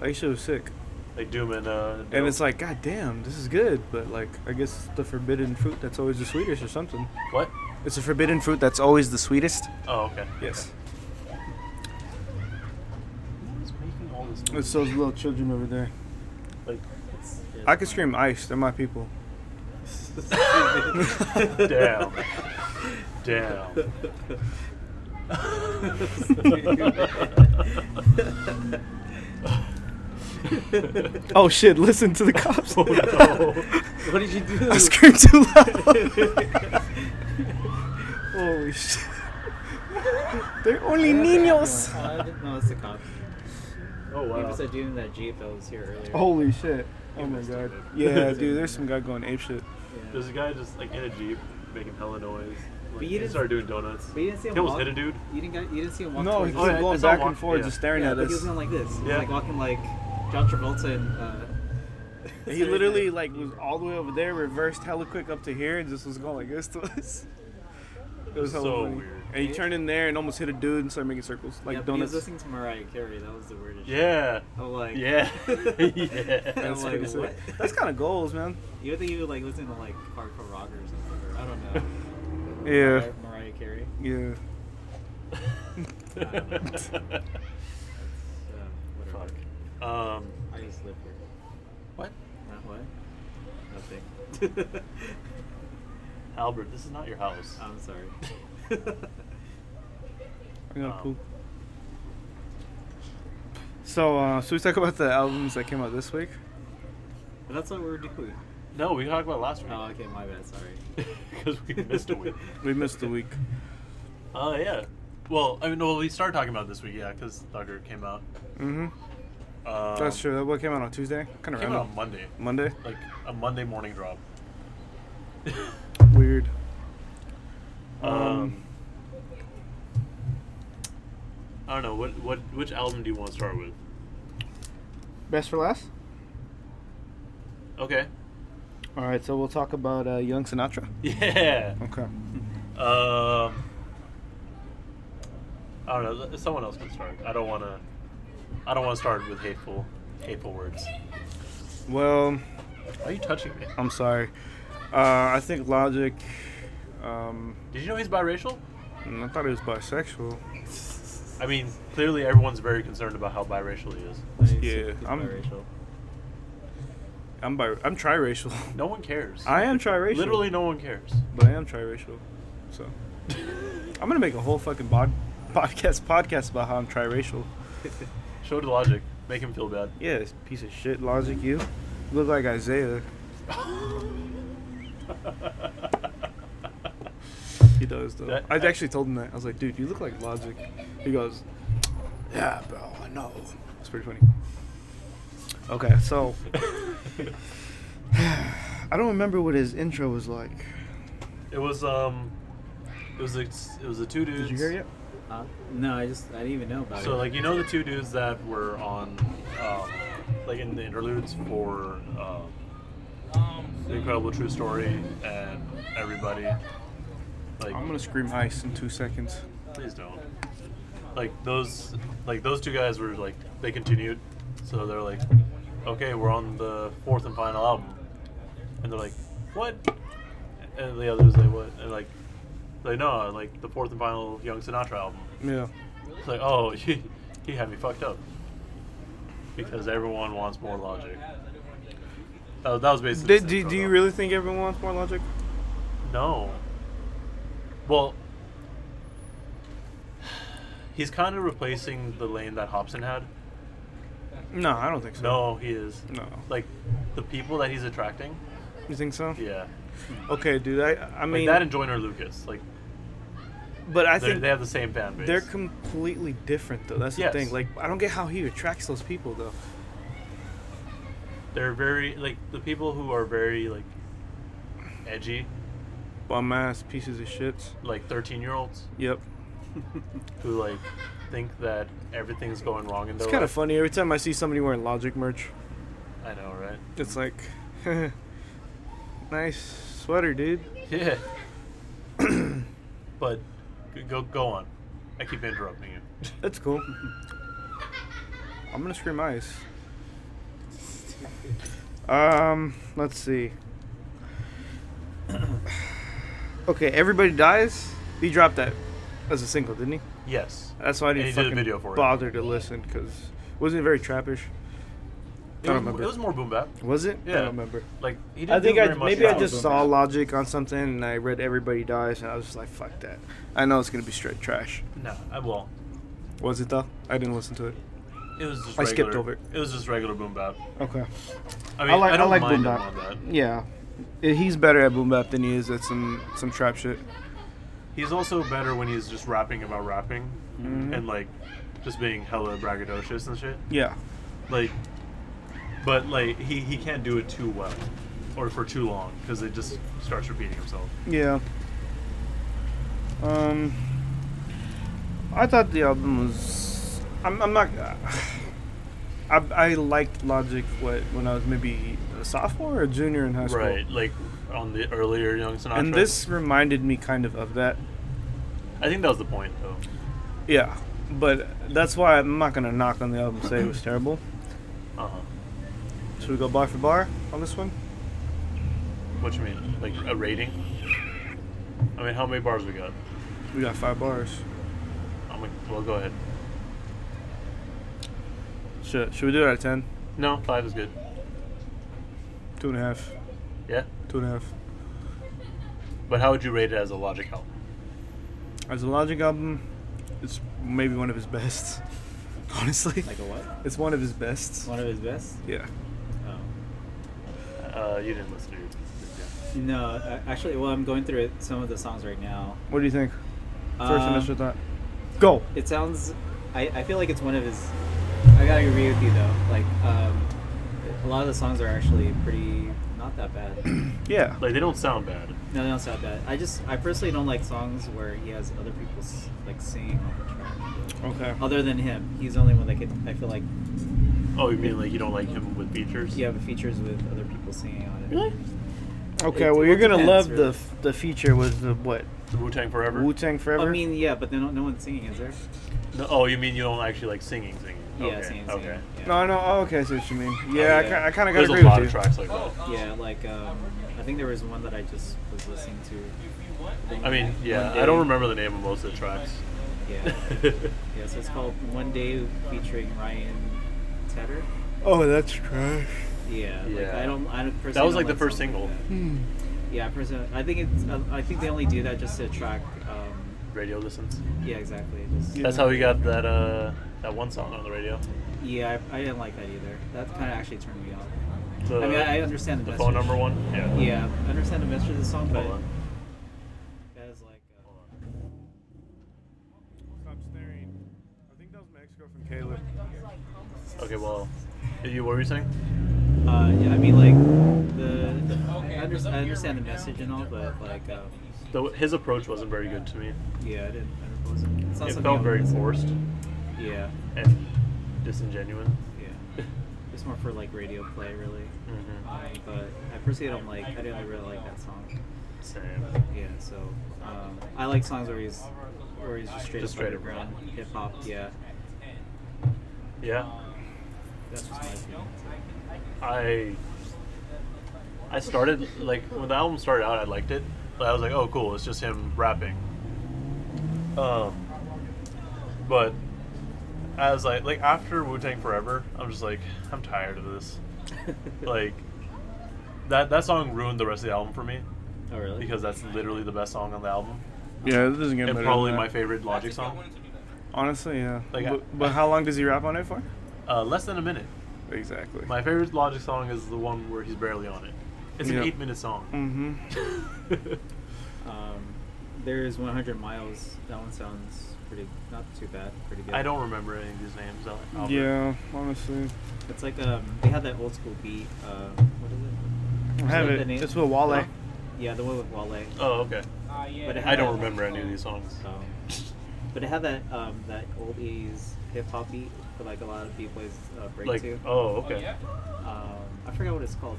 [SPEAKER 2] like shit was sick.
[SPEAKER 3] like Doom and uh.
[SPEAKER 2] And it's like, god damn, this is good. But like, I guess it's the forbidden fruit that's always the sweetest or something.
[SPEAKER 3] what?
[SPEAKER 2] It's a forbidden fruit that's always the sweetest.
[SPEAKER 3] Oh, okay.
[SPEAKER 2] Yes.
[SPEAKER 3] It's making all this.
[SPEAKER 2] It's those little children over there.
[SPEAKER 3] like. It's,
[SPEAKER 2] I could scream ice. They're my people.
[SPEAKER 1] Mm-hmm.
[SPEAKER 3] Damn. Damn.
[SPEAKER 2] Oh shit! Listen to the cops.
[SPEAKER 3] Oh, no.
[SPEAKER 1] What did you do?
[SPEAKER 2] I screamed too loud. Holy shit! They're only niños.
[SPEAKER 1] Uh, no, it's the cops.
[SPEAKER 3] Oh
[SPEAKER 1] Wow.
[SPEAKER 3] wow.
[SPEAKER 1] People said uh, doing that Jeep that was here earlier.
[SPEAKER 2] Holy shit!
[SPEAKER 3] You
[SPEAKER 2] Oh my
[SPEAKER 3] messed
[SPEAKER 2] god.
[SPEAKER 3] up, babe.
[SPEAKER 2] Yeah, dude. There's some guy going ape shit.
[SPEAKER 1] Yeah.
[SPEAKER 3] There's a guy just like in a jeep making hella noise. Like,
[SPEAKER 1] But you
[SPEAKER 3] he
[SPEAKER 1] didn't-
[SPEAKER 3] started doing donuts.
[SPEAKER 1] But you didn't see him
[SPEAKER 3] He almost
[SPEAKER 1] walk.
[SPEAKER 3] hit a dude.
[SPEAKER 1] You didn't got, you didn't see him walk.
[SPEAKER 2] No, he
[SPEAKER 1] towards
[SPEAKER 2] kept
[SPEAKER 1] us.
[SPEAKER 3] Oh, yeah, I
[SPEAKER 2] going
[SPEAKER 3] saw
[SPEAKER 2] back
[SPEAKER 3] walk-
[SPEAKER 2] and forth,
[SPEAKER 3] yeah.
[SPEAKER 2] just staring
[SPEAKER 1] Yeah,
[SPEAKER 2] at
[SPEAKER 1] like he was
[SPEAKER 2] us.
[SPEAKER 1] going like this. He was,
[SPEAKER 3] Yeah.
[SPEAKER 1] like walking like John Travolta and. Uh,
[SPEAKER 2] He literally like was all the way over there, reversed hella quick up to here, and just was going like this to us. It was hella
[SPEAKER 3] So
[SPEAKER 2] funny.
[SPEAKER 3] weird.
[SPEAKER 2] And he turned in there and almost hit a dude and started making circles like
[SPEAKER 1] yeah, but He was
[SPEAKER 2] donuts.
[SPEAKER 1] listening to Mariah Carey. That was the weirdest. shit.
[SPEAKER 3] Yeah.
[SPEAKER 1] I'm like.
[SPEAKER 3] Yeah.
[SPEAKER 1] I'm
[SPEAKER 3] yeah.
[SPEAKER 2] That's
[SPEAKER 1] like,
[SPEAKER 2] pretty sick.
[SPEAKER 1] what?
[SPEAKER 2] That's kind of goals, man.
[SPEAKER 1] You would think you would like listen to like hardcore rock or something. Or, I don't know.
[SPEAKER 2] Yeah.
[SPEAKER 1] Mariah, Mariah Carey.
[SPEAKER 2] Yeah.
[SPEAKER 1] Uh, whatever.
[SPEAKER 3] Fuck. Um.
[SPEAKER 1] I used to live here.
[SPEAKER 3] What?
[SPEAKER 1] Not what?
[SPEAKER 3] That's
[SPEAKER 1] thing.
[SPEAKER 3] Albert, this is not your house.
[SPEAKER 1] I'm sorry.
[SPEAKER 2] I gotta
[SPEAKER 3] Um,
[SPEAKER 2] poop. So, uh, should we talk about the albums that came out this week?
[SPEAKER 1] But that's what we're doing.
[SPEAKER 3] No, we talked about it last week.
[SPEAKER 1] Oh, okay, my bad. Sorry.
[SPEAKER 3] Because we missed a week.
[SPEAKER 2] We missed the week.
[SPEAKER 3] Oh, yeah. Well, I mean, well, we started talking about it this week, yeah, because Thugger came out.
[SPEAKER 2] Mm-hmm.
[SPEAKER 3] Um,
[SPEAKER 2] That's true. That what came out on Tuesday? Kind of
[SPEAKER 3] Came out
[SPEAKER 2] random.
[SPEAKER 3] on Monday,
[SPEAKER 2] Monday.
[SPEAKER 3] like a Monday morning drop.
[SPEAKER 2] Weird.
[SPEAKER 3] Um,
[SPEAKER 2] Um,
[SPEAKER 3] I don't know what what which album do you want to start with?
[SPEAKER 2] Best for last.
[SPEAKER 3] Okay.
[SPEAKER 2] All right, so we'll talk about uh, Young Sinatra.
[SPEAKER 3] Yeah.
[SPEAKER 2] Okay.
[SPEAKER 3] Um. I don't know. Someone else can start. I don't want to. I don't want to start with hateful, hateful words.
[SPEAKER 2] Well,
[SPEAKER 3] Why are you touching me?
[SPEAKER 2] I'm sorry. Uh, I think Logic. Um,
[SPEAKER 3] Did you know he's biracial?
[SPEAKER 2] I thought he was bisexual.
[SPEAKER 3] I mean, clearly everyone's very concerned about how biracial he is.
[SPEAKER 2] Yeah,
[SPEAKER 1] He's
[SPEAKER 2] I'm-
[SPEAKER 1] biracial.
[SPEAKER 2] I'm bi. I'm triracial.
[SPEAKER 3] No one cares.
[SPEAKER 2] I am triracial.
[SPEAKER 3] Literally, no one cares.
[SPEAKER 2] But I am triracial. So I'm gonna make a whole fucking bod- podcast podcast about how I'm triracial.
[SPEAKER 3] Show the logic. Make him feel bad.
[SPEAKER 2] Yeah, this piece of shit Logic. You You look like Isaiah. He does though.
[SPEAKER 3] That-
[SPEAKER 2] I actually told him that. I was like, dude, you look like Logic. He goes, Yeah, bro, I know. It's pretty funny. Okay, so I don't remember what his intro was like.
[SPEAKER 3] it was um, it was a, it was the two dudes.
[SPEAKER 2] Did you hear it yet?
[SPEAKER 1] Uh, no, I just I didn't even know about it.
[SPEAKER 3] So like you know the two dudes that were on, um, like in the interludes for um, the Incredible True Story and everybody. Like
[SPEAKER 2] I'm gonna scream ice in two seconds.
[SPEAKER 3] please don't. Like those, like those two guys were like they continued, so they're like, okay, we're on the fourth and final album, and they're like, what? And the others like what? And like, like no, like the fourth and final Young Sinatra album.
[SPEAKER 2] Yeah.
[SPEAKER 3] It's like, oh, he, he had me fucked up. Because everyone wants more logic. That was, that was basically.
[SPEAKER 2] Did,
[SPEAKER 3] the
[SPEAKER 2] do,
[SPEAKER 3] intro,
[SPEAKER 2] do you
[SPEAKER 3] though.
[SPEAKER 2] really think everyone wants more Logic?
[SPEAKER 3] No. Well, he's kind of replacing the lane that Hobson had.
[SPEAKER 2] No, I don't think so.
[SPEAKER 3] No, he is.
[SPEAKER 2] No.
[SPEAKER 3] Like, the people that he's attracting.
[SPEAKER 2] You think so?
[SPEAKER 3] Yeah.
[SPEAKER 2] Okay, dude. I I
[SPEAKER 3] Like
[SPEAKER 2] mean,
[SPEAKER 3] that and Joyner Lucas. Like,
[SPEAKER 2] but I
[SPEAKER 3] they're-
[SPEAKER 2] think
[SPEAKER 3] they have the same fan base.
[SPEAKER 2] they're completely different though. That's
[SPEAKER 3] Yes.
[SPEAKER 2] the thing. Like I don't get how he attracts those people though.
[SPEAKER 3] they're very, like, the people who are very, like, edgy,
[SPEAKER 2] Bum ass pieces of shit.
[SPEAKER 3] like 13 year olds.
[SPEAKER 2] Yep.
[SPEAKER 3] who like think that everything's going wrong in
[SPEAKER 2] It's
[SPEAKER 3] their
[SPEAKER 2] kind of
[SPEAKER 3] life.
[SPEAKER 2] funny every time I see somebody wearing Logic merch.
[SPEAKER 3] I know, right?
[SPEAKER 2] It's like, nice sweater, dude.
[SPEAKER 3] Yeah. but g- go go on. I keep interrupting you.
[SPEAKER 2] That's cool. I'm gonna scream ice. Um, let's see. Okay, everybody dies. He dropped that as a single, didn't he?
[SPEAKER 3] Yes.
[SPEAKER 2] That's why I didn't
[SPEAKER 3] And he did a
[SPEAKER 2] fucking
[SPEAKER 3] video for it.
[SPEAKER 2] bother to listen because wasn't it very trappish?
[SPEAKER 3] It
[SPEAKER 2] I don't
[SPEAKER 3] was,
[SPEAKER 2] remember.
[SPEAKER 3] it was more boom bap.
[SPEAKER 2] Was it? I
[SPEAKER 3] Yeah.
[SPEAKER 2] don't remember.
[SPEAKER 3] Like he didn't
[SPEAKER 2] I think
[SPEAKER 3] do
[SPEAKER 2] I
[SPEAKER 3] very much
[SPEAKER 2] maybe I
[SPEAKER 3] rap.
[SPEAKER 2] just
[SPEAKER 1] album.
[SPEAKER 2] saw Logic on something and I read Everybody Dies and I was just like, fuck that. I know it's gonna be straight trash.
[SPEAKER 3] No, I well,
[SPEAKER 2] Was it though? I didn't listen to it.
[SPEAKER 3] it was just
[SPEAKER 2] I
[SPEAKER 3] regular,
[SPEAKER 2] skipped over it.
[SPEAKER 3] was just regular boom bap.
[SPEAKER 2] Okay.
[SPEAKER 3] I mean, I,
[SPEAKER 2] like- I
[SPEAKER 3] don't
[SPEAKER 2] like
[SPEAKER 3] mind
[SPEAKER 2] boom
[SPEAKER 3] him
[SPEAKER 2] bap.
[SPEAKER 3] on that.
[SPEAKER 2] Yeah, I- he's better at boom bap than he is at some some trap shit.
[SPEAKER 3] He's also better when he's just rapping about rapping
[SPEAKER 2] Mm-hmm.
[SPEAKER 3] and like just being hella braggadocious and shit.
[SPEAKER 2] Yeah,
[SPEAKER 3] like but like he, he can't do it too well or for too long because it just starts repeating himself
[SPEAKER 2] yeah. Um, I thought the album was. I'm, I'm not. I, I liked Logic what when I was maybe a sophomore or junior in high school.
[SPEAKER 3] right like on the earlier young sinatra
[SPEAKER 2] And this reminded me kind of of that.
[SPEAKER 3] i think that was the point though
[SPEAKER 2] Yeah, but that's why I'm not gonna knock on the album and say it was terrible.
[SPEAKER 3] uh-huh
[SPEAKER 2] Should we go bar for bar on this one?
[SPEAKER 3] what you mean like a rating i mean how many bars we got
[SPEAKER 2] We got five bars.
[SPEAKER 3] i'm like well go ahead
[SPEAKER 2] Should, should we do it out of ten?
[SPEAKER 3] no five is good
[SPEAKER 2] Two and a half.
[SPEAKER 3] Yeah,
[SPEAKER 2] Two and a half.
[SPEAKER 3] but how would you rate it as a Logic album?
[SPEAKER 2] As a Logic album, it's maybe one of his best. Honestly,
[SPEAKER 1] Like a what?
[SPEAKER 2] it's one of his best.
[SPEAKER 1] One of his best?
[SPEAKER 2] Yeah.
[SPEAKER 1] Oh.
[SPEAKER 3] Uh, you didn't listen to your. Yeah.
[SPEAKER 1] No, uh, actually, well, I'm going through it, some of the songs right now.
[SPEAKER 2] What do you think? First
[SPEAKER 1] Um,
[SPEAKER 2] initial thought. Go.
[SPEAKER 1] It sounds. I, I feel like it's one of his. I gotta agree with you though. Like, um, a lot of the songs are actually pretty not that bad. no,
[SPEAKER 2] Yeah.
[SPEAKER 3] Like they don't sound bad.
[SPEAKER 1] they don't sound bad. I just I personally don't like songs where he has other people s- like singing on the track.
[SPEAKER 2] Okay.
[SPEAKER 1] Other than him, he's the only one that could. I feel like
[SPEAKER 3] Oh, you mean like you don't like him with features?
[SPEAKER 1] you have features with other people singing on it.
[SPEAKER 3] Really?
[SPEAKER 2] Okay.
[SPEAKER 1] It-
[SPEAKER 2] well,
[SPEAKER 1] it
[SPEAKER 2] you're gonna
[SPEAKER 1] depends,
[SPEAKER 2] love the
[SPEAKER 1] really.
[SPEAKER 2] f- the feature with the what
[SPEAKER 3] The Wu Tang Forever.
[SPEAKER 2] Wu Tang Forever.
[SPEAKER 1] I mean, yeah, but then no- no one's singing, is there?
[SPEAKER 3] No, oh, you mean you don't actually like singing, singing?
[SPEAKER 1] Yeah,
[SPEAKER 3] okay.
[SPEAKER 1] singing,
[SPEAKER 3] okay.
[SPEAKER 1] singing. Yeah.
[SPEAKER 2] no, no. Oh, okay, I see what you mean. Yeah, I,
[SPEAKER 1] yeah.
[SPEAKER 2] ki- I kind of got
[SPEAKER 3] There's
[SPEAKER 2] to
[SPEAKER 3] a
[SPEAKER 2] agree
[SPEAKER 3] lot of
[SPEAKER 2] with you.
[SPEAKER 3] tracks like that.
[SPEAKER 1] Yeah, like um, I think there was one that I just was listening to.
[SPEAKER 3] I mean, yeah,
[SPEAKER 1] One
[SPEAKER 3] I don't
[SPEAKER 1] day.
[SPEAKER 3] remember the name of most of the tracks.
[SPEAKER 1] Yeah, yeah. So it's called One Day featuring Ryan Tedder.
[SPEAKER 2] Oh, that's trash.
[SPEAKER 1] Yeah, like
[SPEAKER 3] Yeah.
[SPEAKER 1] I don't, I don't. Personally
[SPEAKER 3] That was, like,
[SPEAKER 1] don't
[SPEAKER 3] the first
[SPEAKER 1] songs like
[SPEAKER 3] single.
[SPEAKER 1] that. yeah, person. I think it's. Uh, I think they only do that just to attract. Um,
[SPEAKER 3] radio listens.
[SPEAKER 1] yeah, exactly. Just, yeah,
[SPEAKER 3] That's how we got that uh, that one song on the radio.
[SPEAKER 1] I, I didn't like that either. That kind of actually turned me off.
[SPEAKER 3] The,
[SPEAKER 1] I mean, I, I understand the,
[SPEAKER 3] the phone
[SPEAKER 1] message.
[SPEAKER 3] number one. Yeah.
[SPEAKER 1] Yeah, I understand the message of the song, but
[SPEAKER 3] Hold on.
[SPEAKER 1] that is like. Uh,
[SPEAKER 2] Stop staring. I think that was my ex-girlfriend Kayla.
[SPEAKER 3] Okay, well, you what were you saying?
[SPEAKER 1] Uh, yeah, I mean, like, the, I, under, I understand the message and all, but, like, um,
[SPEAKER 3] The, his approach wasn't very good to me.
[SPEAKER 1] yeah, I didn't, I wasn't, it's not
[SPEAKER 3] It
[SPEAKER 1] something
[SPEAKER 3] felt
[SPEAKER 1] I
[SPEAKER 3] very
[SPEAKER 1] would listen-
[SPEAKER 3] forced
[SPEAKER 1] Yeah,
[SPEAKER 3] and disingenuous.
[SPEAKER 1] yeah. It's more for, like, radio play, really.
[SPEAKER 3] Mm-hmm.
[SPEAKER 1] But I personally don't like, I didn't really like that song.
[SPEAKER 3] Same.
[SPEAKER 1] Yeah, so, um, I like songs where he's, where he's just straight
[SPEAKER 3] Just
[SPEAKER 1] up
[SPEAKER 3] straight up
[SPEAKER 1] underground, hip hop, yeah.
[SPEAKER 3] Yeah,
[SPEAKER 1] That's just my opinion.
[SPEAKER 3] I I started like when the album started out, I liked it. But I was like, oh, cool, it's just him rapping. Um, but as I like after Wu Tang Forever, I'm just like, I'm tired of this. like that that song ruined the rest of the album for me
[SPEAKER 1] oh, really?
[SPEAKER 3] because that's literally the best song on the album
[SPEAKER 2] Yeah, it doesn't get
[SPEAKER 3] and
[SPEAKER 2] better.
[SPEAKER 3] probably
[SPEAKER 2] than
[SPEAKER 3] my
[SPEAKER 2] that.
[SPEAKER 3] favorite Logic song.
[SPEAKER 2] Honestly, yeah.
[SPEAKER 3] Like,
[SPEAKER 2] but,
[SPEAKER 3] I-
[SPEAKER 2] but how long does he rap on it for?
[SPEAKER 3] Uh, less than a minute.
[SPEAKER 2] Exactly.
[SPEAKER 3] My favorite Logic song is the one where he's barely on it. It's an
[SPEAKER 2] Yeah. Mm.
[SPEAKER 3] eight-minute song.
[SPEAKER 2] mm-hmm.
[SPEAKER 1] Um, there's 100 Miles. That one sounds pretty, not too bad, pretty good.
[SPEAKER 3] I don't remember any of these names. Al- Albert.
[SPEAKER 2] Yeah, honestly.
[SPEAKER 1] It's like um, they had that old school beat. Um, what is it?
[SPEAKER 2] I
[SPEAKER 1] Is
[SPEAKER 2] have
[SPEAKER 1] that
[SPEAKER 2] it.
[SPEAKER 1] the name?
[SPEAKER 2] It's with Wale.
[SPEAKER 3] Huh?
[SPEAKER 1] Yeah, the one with Wale.
[SPEAKER 3] Oh, okay.
[SPEAKER 1] But it
[SPEAKER 3] I
[SPEAKER 1] had
[SPEAKER 3] don't
[SPEAKER 1] that-
[SPEAKER 3] remember any of these songs.
[SPEAKER 1] Um, but it had that um, that old eighties hip hop beat that like a lot of people uh, break
[SPEAKER 3] Like,
[SPEAKER 1] to.
[SPEAKER 3] oh, okay.
[SPEAKER 1] Um, I forgot what it's called.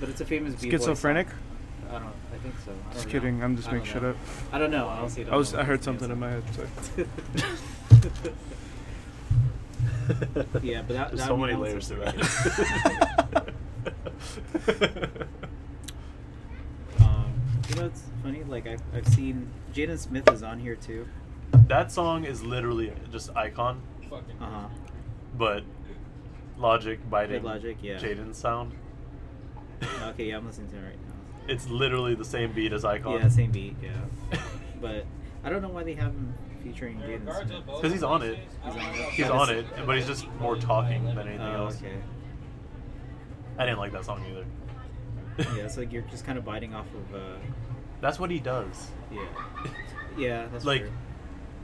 [SPEAKER 1] But it's a famous beat.
[SPEAKER 2] Schizophrenic?
[SPEAKER 1] I don't. I think so. I don't
[SPEAKER 2] Just
[SPEAKER 1] know.
[SPEAKER 2] kidding, I'm just
[SPEAKER 1] I don't
[SPEAKER 2] making shit
[SPEAKER 1] know.
[SPEAKER 2] up.
[SPEAKER 1] I don't know. I honestly don't
[SPEAKER 2] I was.
[SPEAKER 1] know
[SPEAKER 2] I
[SPEAKER 1] what
[SPEAKER 2] heard
[SPEAKER 1] this means.
[SPEAKER 2] something in my head. Sorry.
[SPEAKER 1] Yeah, but that- that-
[SPEAKER 3] There's so
[SPEAKER 1] I mean,
[SPEAKER 3] many
[SPEAKER 1] that
[SPEAKER 3] layers
[SPEAKER 1] was
[SPEAKER 3] to
[SPEAKER 1] pretty
[SPEAKER 3] that.
[SPEAKER 1] um, you know, it's funny. Like I've, I've seen Jaden Smith is on here too.
[SPEAKER 3] that song is literally just icon,
[SPEAKER 1] Uh huh.
[SPEAKER 3] but Logic biting
[SPEAKER 1] Logic, yeah.
[SPEAKER 3] Jaden's sound.
[SPEAKER 1] Okay, yeah, I'm listening to it right now.
[SPEAKER 3] It's literally the same beat as icon.
[SPEAKER 1] Yeah, same beat. Yeah, but I don't know why they have him featuring Jaden Smith.
[SPEAKER 3] Because he's on it.
[SPEAKER 1] He's on it.
[SPEAKER 3] He's
[SPEAKER 1] Yeah,
[SPEAKER 3] on it,
[SPEAKER 1] that's-
[SPEAKER 3] but he's just more talking than anything
[SPEAKER 1] Oh,
[SPEAKER 3] else.
[SPEAKER 1] okay.
[SPEAKER 3] I didn't like that song either.
[SPEAKER 1] Yeah, it's like you're just kind of biting off of. Uh,
[SPEAKER 3] That's what he does.
[SPEAKER 1] yeah. Yeah, that's
[SPEAKER 3] like,
[SPEAKER 1] true.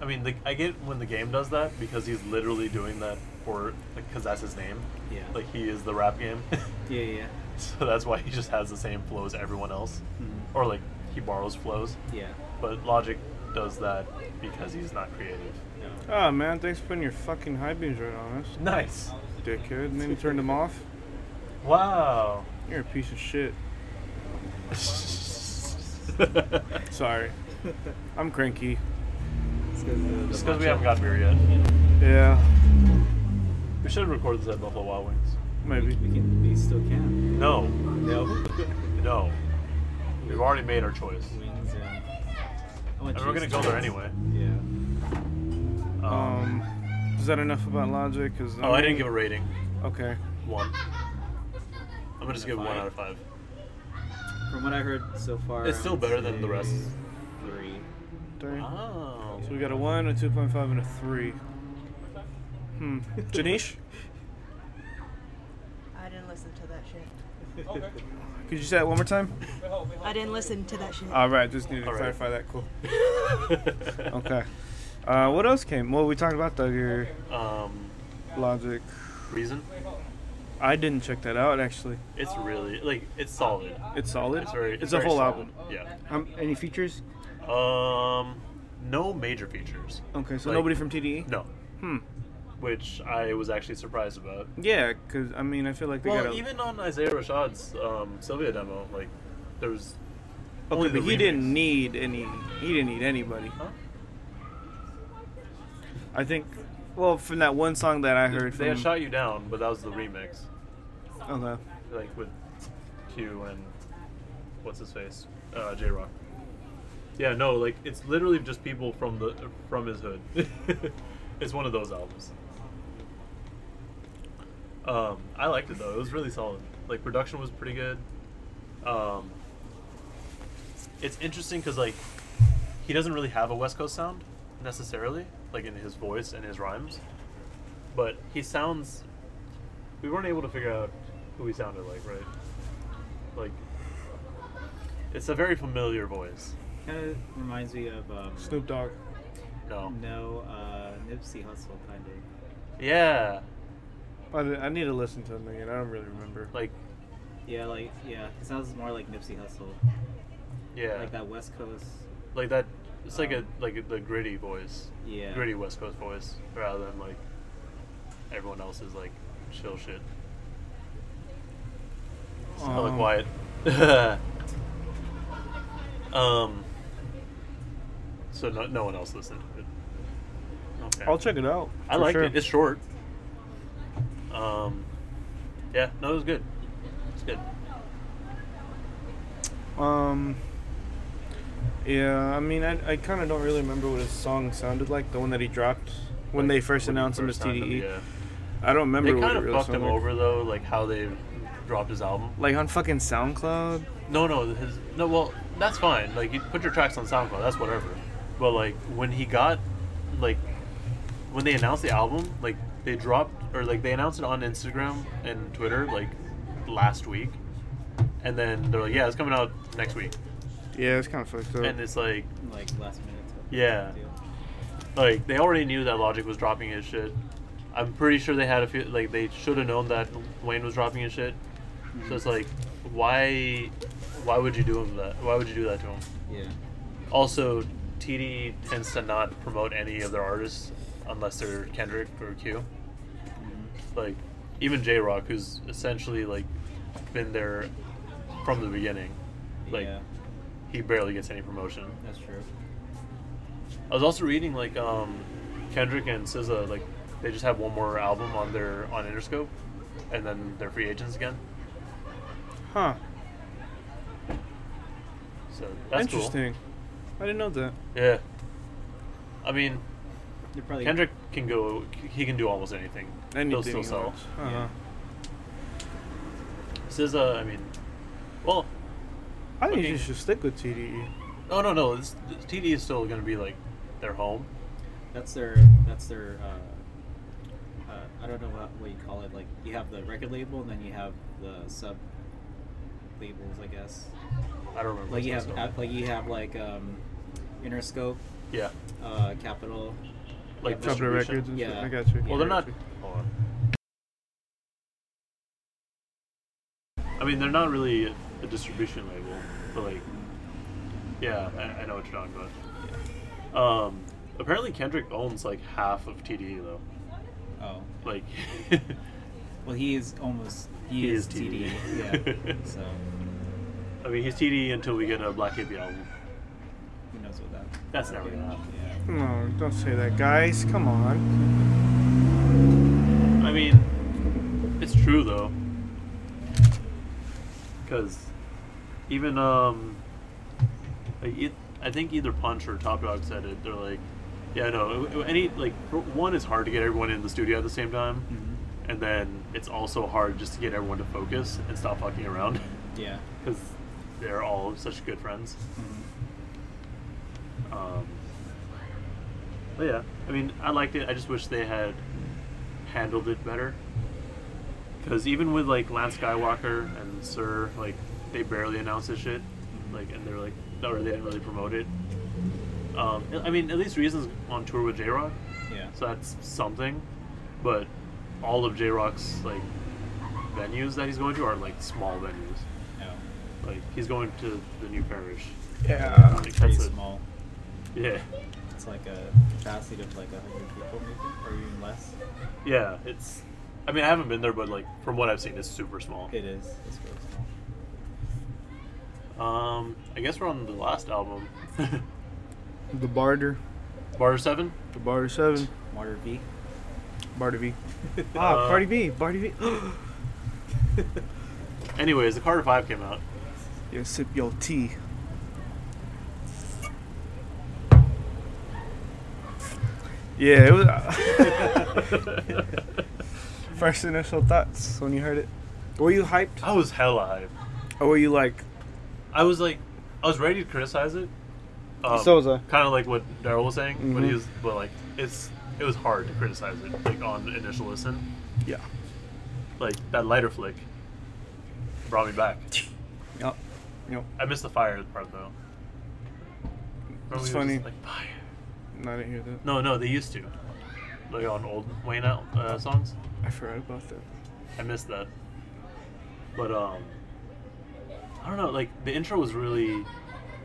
[SPEAKER 3] I mean, the, I get when the game does that because he's literally doing that for like because that's his name.
[SPEAKER 1] Yeah.
[SPEAKER 3] Like he is the rap game,
[SPEAKER 1] Yeah, yeah.
[SPEAKER 3] so that's why he just has the same flow as everyone else,
[SPEAKER 1] Mhm.
[SPEAKER 3] or like he borrows flows.
[SPEAKER 1] Yeah.
[SPEAKER 3] But Logic does that because he's not creative.
[SPEAKER 1] No.
[SPEAKER 2] Ah man, thanks for putting your fucking high beams right on us,
[SPEAKER 3] Nice.
[SPEAKER 2] dickhead. And then you turned them off.
[SPEAKER 3] Wow.
[SPEAKER 2] You're a piece of shit.
[SPEAKER 3] just
[SPEAKER 2] Sorry. I'm cranky.
[SPEAKER 3] because we haven't got beer yet,
[SPEAKER 2] Yeah,
[SPEAKER 3] we should record this at Buffalo Wild Wings.
[SPEAKER 2] maybe.
[SPEAKER 1] We can. We still can.
[SPEAKER 3] No,
[SPEAKER 1] No.
[SPEAKER 3] no, we've already made our choice,
[SPEAKER 1] Wings and. I want
[SPEAKER 3] and we're gonna
[SPEAKER 1] cheese
[SPEAKER 3] go there
[SPEAKER 1] curds.
[SPEAKER 3] anyway.
[SPEAKER 1] Yeah.
[SPEAKER 2] Um, is that enough about logic? Cause
[SPEAKER 3] Oh, I didn't give a rating.
[SPEAKER 2] Okay.
[SPEAKER 3] One. I'm gonna just give it one
[SPEAKER 1] Five.
[SPEAKER 3] out of five.
[SPEAKER 1] From what I heard so far,
[SPEAKER 3] It's still
[SPEAKER 1] I would
[SPEAKER 3] better than the rest.
[SPEAKER 1] say Three.
[SPEAKER 2] Three.
[SPEAKER 3] Oh.
[SPEAKER 2] So we got a one, a two point five, and a three. Hmm. Janish,
[SPEAKER 4] I didn't listen to that shit.
[SPEAKER 2] could you say that one more time?
[SPEAKER 4] I didn't listen to that shit.
[SPEAKER 2] All right, just needed to
[SPEAKER 3] All right.
[SPEAKER 2] clarify that. Cool.
[SPEAKER 3] okay.
[SPEAKER 2] Okay. Uh, what else came? Well, we talked about Thugger,
[SPEAKER 3] Um,
[SPEAKER 2] Logic.
[SPEAKER 3] reason?
[SPEAKER 2] I didn't check that out actually.
[SPEAKER 3] It's really like it's solid.
[SPEAKER 2] It's solid.
[SPEAKER 3] It's very.
[SPEAKER 2] It's, a
[SPEAKER 3] very
[SPEAKER 2] whole
[SPEAKER 3] solid.
[SPEAKER 2] album.
[SPEAKER 3] Yeah.
[SPEAKER 2] Um, any features?
[SPEAKER 3] Um, no major features.
[SPEAKER 2] Okay, so
[SPEAKER 3] Like-
[SPEAKER 2] nobody from TDE.
[SPEAKER 3] No,
[SPEAKER 2] Hmm.
[SPEAKER 3] which I was actually surprised about.
[SPEAKER 2] Yeah, cause I mean, I feel like they
[SPEAKER 3] Well,
[SPEAKER 2] got. A,
[SPEAKER 3] even on Isaiah Rashad's um, Sylvia demo, like there was only
[SPEAKER 2] okay, but
[SPEAKER 3] the
[SPEAKER 2] he
[SPEAKER 3] remix.
[SPEAKER 2] didn't need any. He didn't need anybody.
[SPEAKER 3] Huh?
[SPEAKER 2] I think. Well, from that one song that I heard
[SPEAKER 3] They
[SPEAKER 2] from.
[SPEAKER 3] had shot you down, but that was the remix,
[SPEAKER 2] okay.
[SPEAKER 3] like with Q and what's his face, uh, J Rock. Yeah, no, like it's literally just people from the from his hood. it's one of those albums. Um, I liked it though; it was really solid. Like production was pretty good. Um, it's interesting because like he doesn't really have a West Coast sound necessarily, like in his voice and his rhymes, but he sounds. We weren't able to figure out who he sounded like, right? Like, it's a very familiar voice.
[SPEAKER 1] Kind of reminds me of um,
[SPEAKER 2] Snoop Dogg.
[SPEAKER 3] No.
[SPEAKER 1] No, uh, Nipsey Hustle kind of.
[SPEAKER 3] Yeah.
[SPEAKER 2] I, I need to listen to him again. I don't really remember.
[SPEAKER 3] Like,
[SPEAKER 1] Yeah, like yeah, he sounds more like Nipsey Hustle,
[SPEAKER 3] yeah.
[SPEAKER 1] like that West Coast.
[SPEAKER 3] Like that. It's like a
[SPEAKER 1] Um,
[SPEAKER 3] like a, the gritty voice,
[SPEAKER 1] Yeah.
[SPEAKER 3] gritty West Coast voice, rather than like everyone else's like chill shit. Hella
[SPEAKER 2] Um,
[SPEAKER 3] quiet. um. So no, no one else listened to it. Okay.
[SPEAKER 2] I'll check it out.
[SPEAKER 3] I
[SPEAKER 2] for
[SPEAKER 3] like
[SPEAKER 2] sure.
[SPEAKER 3] it. It's short. Um. Yeah. No, it was good. It's good.
[SPEAKER 2] Um. Yeah, I mean, I, I kind of don't really remember what his song sounded like. The one that he dropped when
[SPEAKER 3] Like,
[SPEAKER 2] they first
[SPEAKER 3] when he
[SPEAKER 2] announced
[SPEAKER 3] first
[SPEAKER 2] him as
[SPEAKER 3] signed
[SPEAKER 2] TDE.
[SPEAKER 3] yeah.
[SPEAKER 2] I don't remember.
[SPEAKER 3] They
[SPEAKER 2] what
[SPEAKER 3] kind
[SPEAKER 2] it
[SPEAKER 3] of
[SPEAKER 2] really
[SPEAKER 3] fucked him
[SPEAKER 2] sounded like.
[SPEAKER 3] over though, like how they dropped his album.
[SPEAKER 2] Like on fucking SoundCloud.
[SPEAKER 3] No, no, his no. Well, that's fine. Like you put your tracks on SoundCloud. That's whatever. But like when he got, like when they announced the album, like they dropped or like they announced it on Instagram and Twitter like last week, and then they're like, yeah, it's coming out next week,
[SPEAKER 2] Yeah, it's kind of fucked up.
[SPEAKER 3] and it's like
[SPEAKER 1] Like last minute. type of
[SPEAKER 3] Yeah.
[SPEAKER 1] deal.
[SPEAKER 3] like they already knew that Logic was dropping his shit. I'm pretty sure they had a few like they should have known that Wayne was dropping his shit.
[SPEAKER 1] Mm-hmm.
[SPEAKER 3] So it's like, why, why would you do him that? Why would you do that to him?
[SPEAKER 1] Yeah.
[SPEAKER 3] Also, TD tends to not promote any of their artists unless they're Kendrick or Q.
[SPEAKER 1] Mm-hmm.
[SPEAKER 3] Like, even J Rock, who's essentially like been there from the beginning, like
[SPEAKER 1] yeah,
[SPEAKER 3] he barely gets any promotion.
[SPEAKER 1] that's true.
[SPEAKER 3] I was also reading like um, Kendrick and SZA, like they just have one more album on their on Interscope, and then they're free agents again.
[SPEAKER 2] huh?
[SPEAKER 3] So that's cool.
[SPEAKER 2] Interesting. I didn't know that.
[SPEAKER 3] Yeah. I mean,
[SPEAKER 1] They're probably
[SPEAKER 3] Kendrick can go. He can do almost anything. He'll
[SPEAKER 2] Anything
[SPEAKER 3] still
[SPEAKER 2] you
[SPEAKER 3] sell.
[SPEAKER 2] watch. Uh-huh.
[SPEAKER 1] Yeah.
[SPEAKER 3] SZA, I mean, well,
[SPEAKER 2] I think
[SPEAKER 3] Okay.
[SPEAKER 2] you should stick with E. TDE.
[SPEAKER 3] oh no, no, this, this TD is still going to be like their home.
[SPEAKER 1] That's their. That's their. Uh, uh, I don't know what, what you call it. Like you have the record label, and then you have the sub labels, I guess.
[SPEAKER 3] I don't remember.
[SPEAKER 1] Like you
[SPEAKER 3] what's
[SPEAKER 1] have
[SPEAKER 3] called.
[SPEAKER 1] app- like you have like um, Interscope,
[SPEAKER 3] yeah,
[SPEAKER 1] uh, Capital. Public
[SPEAKER 2] Trouble
[SPEAKER 3] like distribution.
[SPEAKER 2] Records and
[SPEAKER 1] Yeah.
[SPEAKER 2] shit. I got you.
[SPEAKER 3] Well, they're not. Hold on. I mean, they're not really a, a distribution label, but like, yeah, I, I know what you're talking about. Um, apparently Kendrick owns like half of TDE though.
[SPEAKER 1] Oh,
[SPEAKER 3] Like,
[SPEAKER 1] well, he is almost. He,
[SPEAKER 3] He
[SPEAKER 1] is,
[SPEAKER 3] is
[SPEAKER 1] TD.
[SPEAKER 3] TD.
[SPEAKER 1] yeah. So
[SPEAKER 3] E. I mean, he's TDE until we get a Black Hippie album.
[SPEAKER 1] who knows what that?
[SPEAKER 3] That's never gonna happen.
[SPEAKER 1] Yeah.
[SPEAKER 2] No, don't say that, guys. Come on.
[SPEAKER 3] I mean, it's true though, because even um, like it, I think either Punch or Top Dog said it. They're like, yeah, no, any like for- one is hard to get everyone in the studio at the same time,
[SPEAKER 1] Mm-hmm.
[SPEAKER 3] and then it's also hard just to get everyone to focus and stop fucking around
[SPEAKER 1] Yeah.
[SPEAKER 3] because they're all such good friends.
[SPEAKER 1] Mm-hmm.
[SPEAKER 3] Um, but yeah, I mean, I liked it. I just wish they had handled it better. Because even with like Lance Skywalker and Sir, like they barely announced this shit, like, and they're like, or they didn't really promote it. Um, I mean, at least Reason's on tour with J Rock,
[SPEAKER 1] Yeah.
[SPEAKER 3] so that's something. But all of J Rock's like venues that he's going to are like small venues.
[SPEAKER 1] No.
[SPEAKER 3] Like he's going to the New Parish.
[SPEAKER 2] Yeah.
[SPEAKER 3] Like,
[SPEAKER 1] Pretty
[SPEAKER 3] that's a-
[SPEAKER 1] small.
[SPEAKER 3] Yeah,
[SPEAKER 1] It's like a capacity of like a hundred people maybe, or even less.
[SPEAKER 3] yeah. It's. I mean, I haven't been there, but like from what I've seen, it's super small.
[SPEAKER 1] It is. It's really small.
[SPEAKER 3] Um, I guess we're on the last album,
[SPEAKER 2] The barter.
[SPEAKER 3] Barter Seven.
[SPEAKER 2] The barter seven.
[SPEAKER 1] Martyr V.
[SPEAKER 2] Barter V.
[SPEAKER 3] Ah,
[SPEAKER 2] Ah,
[SPEAKER 3] Uh,
[SPEAKER 2] Cardi
[SPEAKER 3] Cardi
[SPEAKER 2] B. Barter V.
[SPEAKER 3] Anyways, the Carter Five came out.
[SPEAKER 2] Yo, sip your tea. Yeah, it was first initial thoughts when you heard it. Were you hyped,
[SPEAKER 3] I was hella hyped.
[SPEAKER 2] or were you like,
[SPEAKER 3] I was like, I was ready to criticize it.
[SPEAKER 2] So was I.
[SPEAKER 3] Kind of like what Daryl was saying, but he
[SPEAKER 2] Mhm.
[SPEAKER 3] was, but like it's it was hard to criticize it like on initial listen.
[SPEAKER 2] yeah,
[SPEAKER 3] Like that lighter flick brought me back.
[SPEAKER 2] yep, yep?
[SPEAKER 3] I missed the fire part though.
[SPEAKER 2] It's
[SPEAKER 3] Remember he was just
[SPEAKER 2] funny.
[SPEAKER 3] Like fire.
[SPEAKER 2] No, I didn't hear that.
[SPEAKER 3] No, no, they used to. Like on old Wayne out uh, songs.
[SPEAKER 2] I forgot about that.
[SPEAKER 3] I missed that. But um, I don't know. Like the intro was really,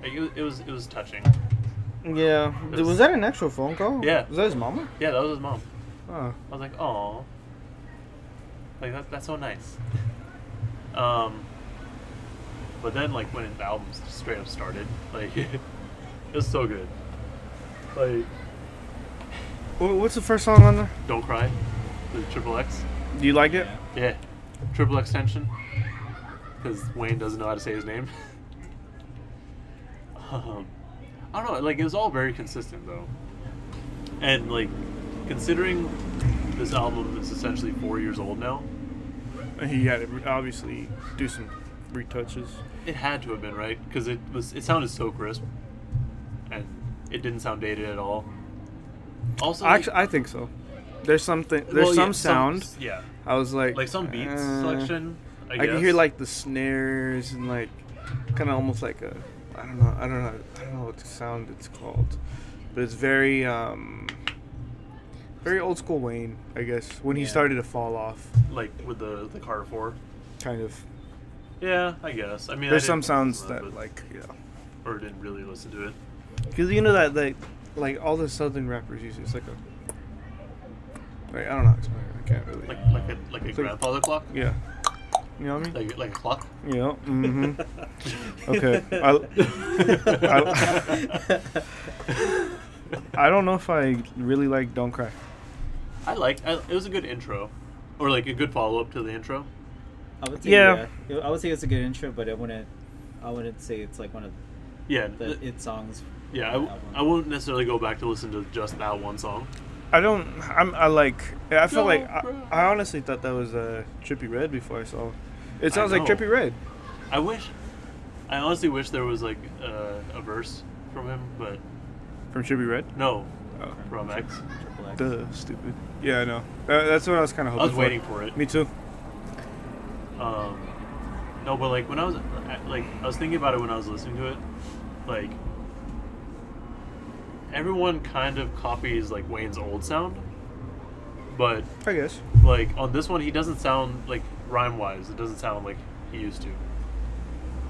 [SPEAKER 3] like, it, was- it was it was touching.
[SPEAKER 2] Yeah,
[SPEAKER 3] It was-
[SPEAKER 2] was that an actual phone call?
[SPEAKER 3] Yeah.
[SPEAKER 2] was that his mama?
[SPEAKER 3] Yeah, that was his mom.
[SPEAKER 2] Oh,
[SPEAKER 3] I was like, oh, like that, that's so nice. um, but then like when the album s- straight up started, like it was so good. Like
[SPEAKER 2] Wha- what's the first song on there?
[SPEAKER 3] don't cry, the triple X.
[SPEAKER 2] Do you like it?
[SPEAKER 1] Yeah.
[SPEAKER 3] Yeah, triple X tension. Because Wayne doesn't know how to say his name. um, I don't know. Like it was all very consistent though, and like considering this album is essentially four years old now,
[SPEAKER 2] He had to obviously do some retouches.
[SPEAKER 3] it had to have been right because it was. It sounded so crisp, and it didn't sound dated at all. Also, like-
[SPEAKER 2] Actually, I think so. There's something. There's
[SPEAKER 3] well, yeah,
[SPEAKER 2] some sound.
[SPEAKER 3] yeah,
[SPEAKER 2] I was like,
[SPEAKER 3] like some beats
[SPEAKER 2] uh,
[SPEAKER 3] selection. I,
[SPEAKER 2] I, could
[SPEAKER 3] guess.
[SPEAKER 2] hear like the snares and like, kind of almost like a, I don't know, I don't know, I don't know what sound it's called, but it's very, um, very old school Wayne, I guess, when he
[SPEAKER 1] Yeah.
[SPEAKER 2] started to fall off,
[SPEAKER 3] like with the the Carter Four.
[SPEAKER 2] kind of.
[SPEAKER 3] Yeah, I guess. I mean, I
[SPEAKER 2] There's some
[SPEAKER 3] didn't
[SPEAKER 2] sounds
[SPEAKER 3] listen to it,
[SPEAKER 2] that
[SPEAKER 3] but-
[SPEAKER 2] like, you know,
[SPEAKER 3] or didn't really listen to it.
[SPEAKER 2] because you know that like, like all the southern rappers use it. It's like a, like I don't know, how to explain it. I can't really.
[SPEAKER 3] Like like a like a
[SPEAKER 2] It's like-
[SPEAKER 3] grandfather clock.
[SPEAKER 2] yeah. You know what I mean?
[SPEAKER 3] Like like a clock.
[SPEAKER 2] Yeah. hmm Okay. I- I don't know if I really like Don't Cry.
[SPEAKER 3] I like. I, it was a good intro, or like a good follow up to the intro.
[SPEAKER 1] I would say yeah.
[SPEAKER 2] Yeah.
[SPEAKER 1] I would say it's a good intro, but I wouldn't. I wouldn't say it's like one of
[SPEAKER 3] Yeah.
[SPEAKER 1] the
[SPEAKER 3] th-
[SPEAKER 1] it songs.
[SPEAKER 3] yeah. I,
[SPEAKER 1] from the
[SPEAKER 3] w-
[SPEAKER 1] album.
[SPEAKER 3] I won't necessarily go back to listen to just that one song.
[SPEAKER 2] I don't. I'm. I like. I feel like. I,
[SPEAKER 3] Don't cry.
[SPEAKER 2] I honestly thought that was uh, Trippy Red before I saw. It, it
[SPEAKER 3] I
[SPEAKER 2] sounds like
[SPEAKER 3] know.
[SPEAKER 2] Trippy Red.
[SPEAKER 3] I wish. I honestly wish there was like uh, a verse from him, but
[SPEAKER 2] From Trippy Red.
[SPEAKER 3] no.
[SPEAKER 2] Oh.
[SPEAKER 3] From X.
[SPEAKER 1] Triple X.
[SPEAKER 2] Duh. Stupid. Yeah, I know. Uh, that's what I was kind of
[SPEAKER 3] I
[SPEAKER 2] hoping.
[SPEAKER 3] was waiting for it.
[SPEAKER 2] Me too.
[SPEAKER 3] Um, no, but like when I was I- like I was thinking about it when I was listening to it, like everyone kind of copies like Wayne's old sound, but
[SPEAKER 2] I guess.
[SPEAKER 3] like on this one he doesn't sound like rhyme wise. It doesn't sound like he used to.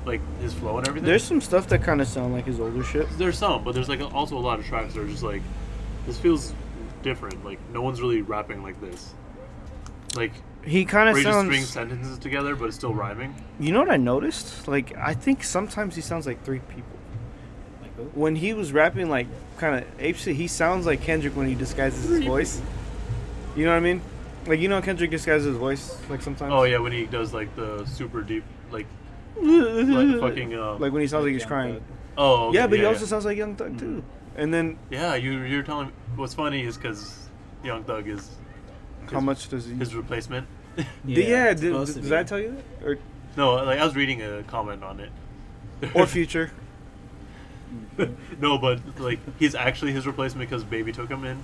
[SPEAKER 3] Like his flow and everything.
[SPEAKER 2] There's some stuff that kind of sound like his older shit.
[SPEAKER 3] there's some, but there's like also a lot of tracks that are just like this feels different. Like no one's really rapping like this. Like
[SPEAKER 2] He kind
[SPEAKER 3] we're
[SPEAKER 2] of
[SPEAKER 3] just string
[SPEAKER 2] sounds.
[SPEAKER 3] sentences together, but it's still rhyming.
[SPEAKER 2] You know what I noticed? Like I think sometimes he sounds like three people.
[SPEAKER 1] Like who?
[SPEAKER 2] When he was rapping like kind of ape shit, he sounds like Kendrick when he disguises his voice. You know what I mean? Like you know how Kendrick disguises his voice like sometimes.
[SPEAKER 3] Oh yeah, when he does like the super deep, like
[SPEAKER 2] like
[SPEAKER 3] fucking, uh,
[SPEAKER 2] like when he sounds like he's
[SPEAKER 1] Young
[SPEAKER 2] crying.
[SPEAKER 1] Thug.
[SPEAKER 3] oh okay,
[SPEAKER 2] yeah, but
[SPEAKER 3] yeah,
[SPEAKER 2] he also
[SPEAKER 3] yeah. Mm-hmm.
[SPEAKER 2] sounds like Young Thug too. And then
[SPEAKER 3] yeah you you're telling me what's funny is because Young Thug is
[SPEAKER 2] how much does he?
[SPEAKER 3] his replacement.
[SPEAKER 2] yeah,
[SPEAKER 1] it's
[SPEAKER 2] did,
[SPEAKER 1] supposed to
[SPEAKER 2] did
[SPEAKER 1] be.
[SPEAKER 2] I tell you that? Or
[SPEAKER 3] no, like I was reading a comment on it,
[SPEAKER 2] or Future.
[SPEAKER 3] no, but like he's actually his replacement because Baby took him in.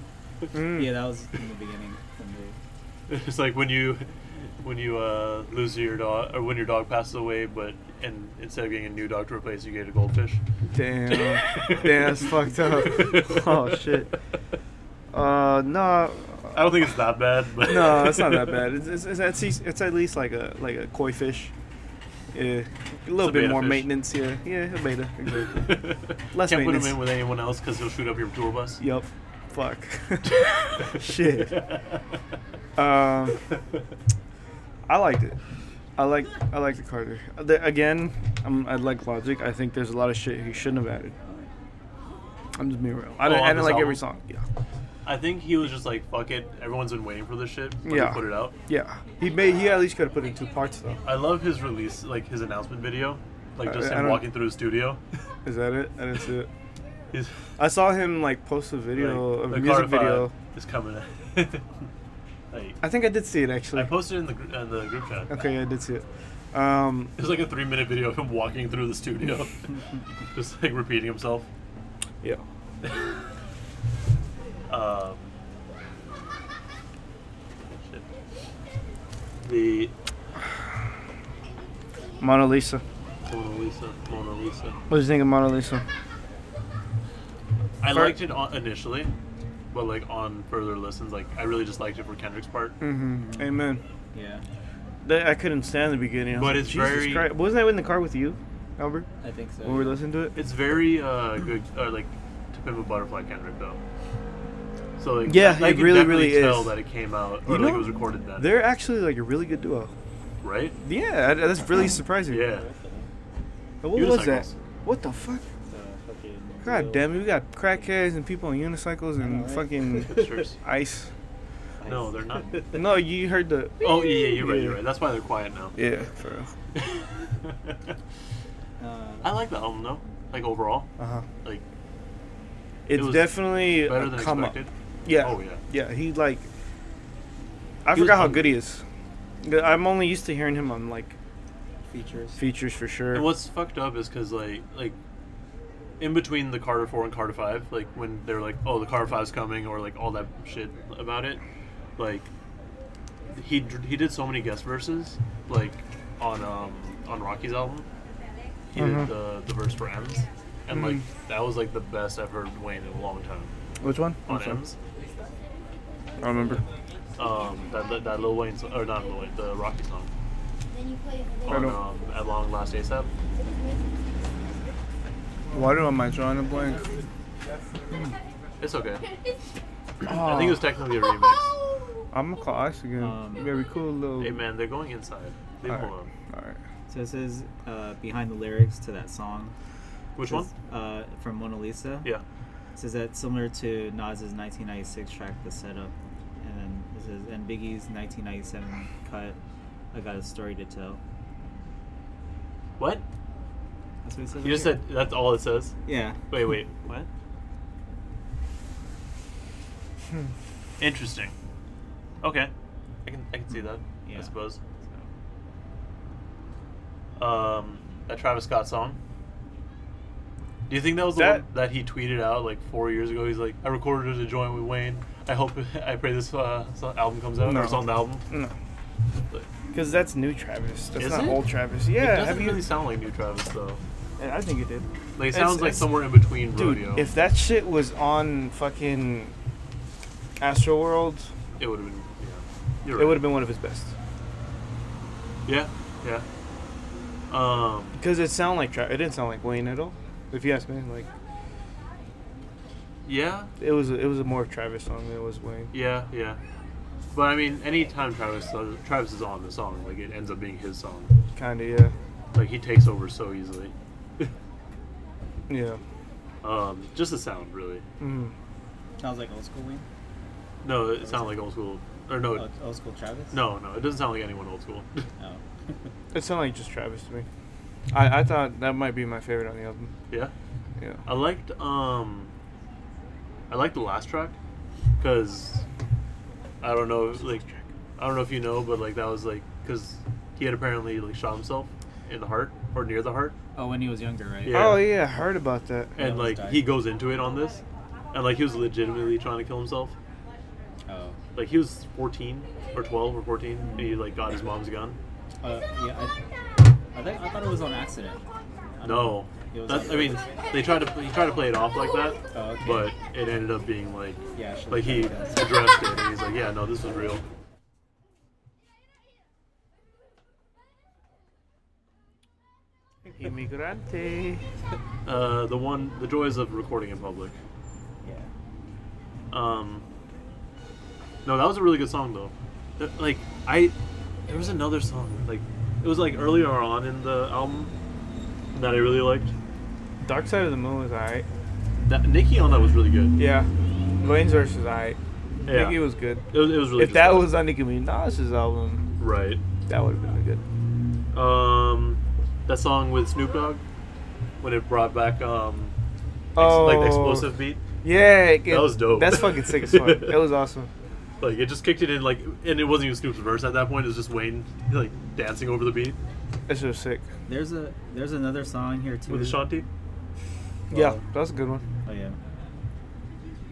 [SPEAKER 2] Mm.
[SPEAKER 1] Yeah, that was in the beginning. When they,
[SPEAKER 3] It's like when you when you uh, lose your dog or when your dog passes away, but and instead of getting a new dog to replace, you get a goldfish.
[SPEAKER 2] Damn. Damn, that's fucked up. Oh, shit. Uh, no.
[SPEAKER 3] I don't think it's that bad. But
[SPEAKER 2] No, it's not that bad. It's, it's, it's, at, least, it's at least like a like a koi fish. Yeah, a little
[SPEAKER 3] a
[SPEAKER 2] bit
[SPEAKER 3] beta
[SPEAKER 2] more
[SPEAKER 3] fish.
[SPEAKER 2] maintenance. Yeah, yeah, a beta. Exactly. Less
[SPEAKER 3] Can't put
[SPEAKER 2] maintenance.
[SPEAKER 3] him in with anyone else because he'll shoot up your tour bus.
[SPEAKER 2] Yup. Fuck. Shit. Um, I liked it. I like I like the Carter. The, again, i I like Logic. I think there's a lot of shit he shouldn't have added. I'm just being real. I
[SPEAKER 3] Oh,
[SPEAKER 2] didn't,
[SPEAKER 3] on
[SPEAKER 2] I didn't
[SPEAKER 3] this
[SPEAKER 2] like every
[SPEAKER 3] album?
[SPEAKER 2] song. Yeah.
[SPEAKER 3] I think he was just like, "Fuck it, everyone's been waiting for this shit. Let me
[SPEAKER 2] Yeah.
[SPEAKER 3] put it out."
[SPEAKER 2] Yeah. He made he at least could have put it in two parts though.
[SPEAKER 3] I love his release, like his announcement video, like just
[SPEAKER 2] I- I
[SPEAKER 3] him
[SPEAKER 2] don't-
[SPEAKER 3] walking through the studio.
[SPEAKER 2] Is that it? I didn't see it.
[SPEAKER 3] He's
[SPEAKER 2] I saw him like post a video
[SPEAKER 3] like,
[SPEAKER 2] of
[SPEAKER 3] the
[SPEAKER 2] a music
[SPEAKER 3] Carter
[SPEAKER 2] video.
[SPEAKER 3] Five is coming. like,
[SPEAKER 2] I think I did see it actually.
[SPEAKER 3] I posted in the gr- in the group chat.
[SPEAKER 2] okay, I did see it. Um,
[SPEAKER 3] It was like a three minute video of him walking through the studio, just like repeating himself.
[SPEAKER 2] yeah.
[SPEAKER 3] Um, shit. The
[SPEAKER 2] Mona Lisa.
[SPEAKER 3] Mona Lisa, Mona Lisa.
[SPEAKER 2] What do you think of Mona Lisa?
[SPEAKER 3] I
[SPEAKER 2] For-
[SPEAKER 3] liked it on, initially, but like on further listens, like I really just liked it for Kendrick's part.
[SPEAKER 2] Mm-hmm. Amen.
[SPEAKER 1] yeah,
[SPEAKER 2] That, I couldn't stand the beginning. I was
[SPEAKER 3] But
[SPEAKER 2] like,
[SPEAKER 3] it's
[SPEAKER 2] Jesus
[SPEAKER 3] very-
[SPEAKER 2] Christ. Wasn't I in the car with you, Albert?
[SPEAKER 1] I think so.
[SPEAKER 2] When we listened to it.
[SPEAKER 3] It's very uh, good, or like to pimp a butterfly Kendrick though. So like
[SPEAKER 2] Yeah,
[SPEAKER 3] I, I
[SPEAKER 2] it
[SPEAKER 3] can
[SPEAKER 2] really,
[SPEAKER 3] definitely
[SPEAKER 2] really
[SPEAKER 3] tell
[SPEAKER 2] is.
[SPEAKER 3] that it came out
[SPEAKER 2] You
[SPEAKER 3] or like
[SPEAKER 2] know,
[SPEAKER 3] it was recorded then,
[SPEAKER 2] They're actually like a really good duo.
[SPEAKER 3] right?
[SPEAKER 2] Yeah, I- that's really surprising.
[SPEAKER 3] Yeah,
[SPEAKER 2] But What was that?
[SPEAKER 3] Unicycles.
[SPEAKER 2] What the fuck?
[SPEAKER 1] The fucking-
[SPEAKER 2] God damn it! We got crackheads and people on unicycles and
[SPEAKER 1] right?
[SPEAKER 2] fucking
[SPEAKER 3] hipsters.
[SPEAKER 2] ice.
[SPEAKER 3] No, they're not.
[SPEAKER 2] No, you heard the.
[SPEAKER 3] Oh yeah, yeah, you're right, you're right. That's why they're quiet now.
[SPEAKER 2] Yeah, for real.
[SPEAKER 3] I
[SPEAKER 1] Uh,
[SPEAKER 3] like the album though, like overall,
[SPEAKER 2] Uh huh.
[SPEAKER 3] like
[SPEAKER 2] It's
[SPEAKER 3] was
[SPEAKER 2] definitely
[SPEAKER 3] better
[SPEAKER 2] a
[SPEAKER 3] than
[SPEAKER 2] come
[SPEAKER 3] expected.
[SPEAKER 2] up. Yeah.
[SPEAKER 3] Oh yeah.
[SPEAKER 2] Yeah, he like. I
[SPEAKER 3] He was
[SPEAKER 2] forgot how
[SPEAKER 3] hungry.
[SPEAKER 2] good he is. I'm only used to hearing him on like
[SPEAKER 1] features.
[SPEAKER 2] features for sure.
[SPEAKER 3] And what's fucked up is because like like in between the Carter Four and Carter Five, like when they're like, oh, the Carter Five's coming, or like all that shit about it, like he dr- he did so many guest verses, like on um on Rocky's album, he
[SPEAKER 2] Mhm.
[SPEAKER 3] did the the verse for M's, and like
[SPEAKER 2] Mm.
[SPEAKER 3] that was like the best I've heard Wayne in a long time
[SPEAKER 2] Which one?
[SPEAKER 3] on
[SPEAKER 2] I'm sorry.
[SPEAKER 3] M's.
[SPEAKER 2] I don't remember.
[SPEAKER 3] Um, that, that that Lil Wayne song, or not Lil Wayne, the Rocky song
[SPEAKER 2] I
[SPEAKER 3] on
[SPEAKER 2] don't-
[SPEAKER 3] um, at long last ASAP.
[SPEAKER 2] Why do I my drawing a blank?
[SPEAKER 3] It's okay. I
[SPEAKER 2] Oh.
[SPEAKER 3] think it was technically a remix.
[SPEAKER 2] I'm gonna call Ice again.
[SPEAKER 1] Um,
[SPEAKER 2] Very cool little.
[SPEAKER 3] Hey man, they're going inside. Leave them
[SPEAKER 2] Alright.
[SPEAKER 3] alone.
[SPEAKER 2] Alright.
[SPEAKER 1] So this is uh, behind the lyrics to that song.
[SPEAKER 3] Which
[SPEAKER 1] This
[SPEAKER 3] one?
[SPEAKER 1] is, Uh, from Mona Lisa.
[SPEAKER 3] Yeah.
[SPEAKER 1] This is that similar to Nas's 1996 track, The Setup, and then this is and Biggie's 1997 cut. I got a story to tell.
[SPEAKER 3] What?
[SPEAKER 1] That's what it says.
[SPEAKER 3] You just
[SPEAKER 1] right
[SPEAKER 3] said that's all it says.
[SPEAKER 1] here. Yeah.
[SPEAKER 3] Wait, wait. What?
[SPEAKER 1] Hmm.
[SPEAKER 3] Interesting. Okay. I can I can see that.
[SPEAKER 1] Yeah.
[SPEAKER 3] I suppose.
[SPEAKER 1] So,
[SPEAKER 3] Um, that Travis Scott song. Do you think that was the
[SPEAKER 2] That-
[SPEAKER 3] one that he tweeted out like four years ago? He's like, I recorded a joint with Wayne. I hope, I pray this uh, so- album comes out
[SPEAKER 2] No.
[SPEAKER 3] or it's on the album.
[SPEAKER 2] No.
[SPEAKER 3] But it
[SPEAKER 2] Because that's new Travis. That's
[SPEAKER 3] Is
[SPEAKER 2] not
[SPEAKER 3] it?
[SPEAKER 2] old Travis. Yeah.
[SPEAKER 3] doesn't
[SPEAKER 2] have you?
[SPEAKER 3] really sound like new Travis though.
[SPEAKER 2] I think it did.
[SPEAKER 3] Like it
[SPEAKER 2] It's-
[SPEAKER 3] sounds like
[SPEAKER 2] it's-
[SPEAKER 3] somewhere in between
[SPEAKER 2] Dude,
[SPEAKER 3] rodeo.
[SPEAKER 2] if that shit was on fucking Astro World,
[SPEAKER 3] it would have been, yeah. You're
[SPEAKER 2] it
[SPEAKER 3] right.
[SPEAKER 2] would have been one of his best.
[SPEAKER 3] Yeah, yeah. Um,
[SPEAKER 2] Because it sounded like Travis. It didn't sound like Wayne at all. If you ask me, like
[SPEAKER 3] yeah,
[SPEAKER 2] it was it was a more Travis song than it was Wayne.
[SPEAKER 3] yeah, yeah. But I mean, anytime Travis does, Travis is on the song, like it ends up being his song.
[SPEAKER 2] Kinda, yeah,
[SPEAKER 3] Like he takes over so easily.
[SPEAKER 2] yeah.
[SPEAKER 3] Um, just the sound, really.
[SPEAKER 2] Mm.
[SPEAKER 1] sounds like old school Wayne.
[SPEAKER 3] No, it sounds like old school, or no,
[SPEAKER 1] Old, old school Travis.
[SPEAKER 3] Oh. no, no. It doesn't sound like anyone old school.
[SPEAKER 1] Oh.
[SPEAKER 2] It sounded like just Travis to me. I, I thought that might be my favorite on the album.
[SPEAKER 3] yeah,
[SPEAKER 2] Yeah.
[SPEAKER 3] I liked um, I liked the last track because I don't know, if, like I don't know if you know, but like that was like because he had apparently like shot himself in the heart. or near the heart,
[SPEAKER 1] Oh, when he was younger, right?
[SPEAKER 3] Yeah.
[SPEAKER 2] Oh yeah, I heard about that.
[SPEAKER 3] and
[SPEAKER 1] that was
[SPEAKER 3] like
[SPEAKER 1] dying.
[SPEAKER 3] he goes into it on this, and like he was legitimately trying to kill himself.
[SPEAKER 1] Oh.
[SPEAKER 3] Like he was 14 or 12 or 14, and he like got his mom's gun.
[SPEAKER 1] Uh, yeah, I, I, think, I thought it was on accident. I don't
[SPEAKER 3] No,
[SPEAKER 1] know. It was
[SPEAKER 3] That's-
[SPEAKER 1] like-
[SPEAKER 3] I mean they tried to he tried to play it off like that,
[SPEAKER 1] Oh, okay.
[SPEAKER 3] but it ended up being like
[SPEAKER 1] Yeah, I should've
[SPEAKER 3] like he
[SPEAKER 1] done
[SPEAKER 3] addressed
[SPEAKER 1] that.
[SPEAKER 3] it. and He's like, yeah, no, this was real.
[SPEAKER 2] Immigrante.
[SPEAKER 3] Uh, the one, the joys of recording in public.
[SPEAKER 1] Yeah.
[SPEAKER 3] Um, no, that was a really good song though. Th- Like I, there was another song like it was like earlier on in the album that I really liked.
[SPEAKER 2] Dark Side of the Moon was alright.
[SPEAKER 3] That Nikki on that was really good.
[SPEAKER 2] Yeah. Lane's verse was alright.
[SPEAKER 3] Yeah,
[SPEAKER 2] Nicki was good.
[SPEAKER 3] it was, it was really.
[SPEAKER 2] if that
[SPEAKER 3] just-
[SPEAKER 2] was on Nicki Minaj's album,
[SPEAKER 3] right,
[SPEAKER 2] that would have been good.
[SPEAKER 3] um, that song with Snoop Dogg when it brought back um, ex- like the explosive beat,
[SPEAKER 2] Oh, Yeah, it-
[SPEAKER 3] That was dope.
[SPEAKER 2] That's fucking sick as fuck. That was awesome.
[SPEAKER 3] like it just kicked it in like, and it wasn't even Snoop's verse at that point. It was just Wayne like dancing over the beat
[SPEAKER 2] That shit was sick.
[SPEAKER 1] There's a there's another song here too.
[SPEAKER 3] with Ashanti.
[SPEAKER 2] Yeah,
[SPEAKER 1] Well,
[SPEAKER 2] that was Uh, a good one.
[SPEAKER 1] Oh yeah.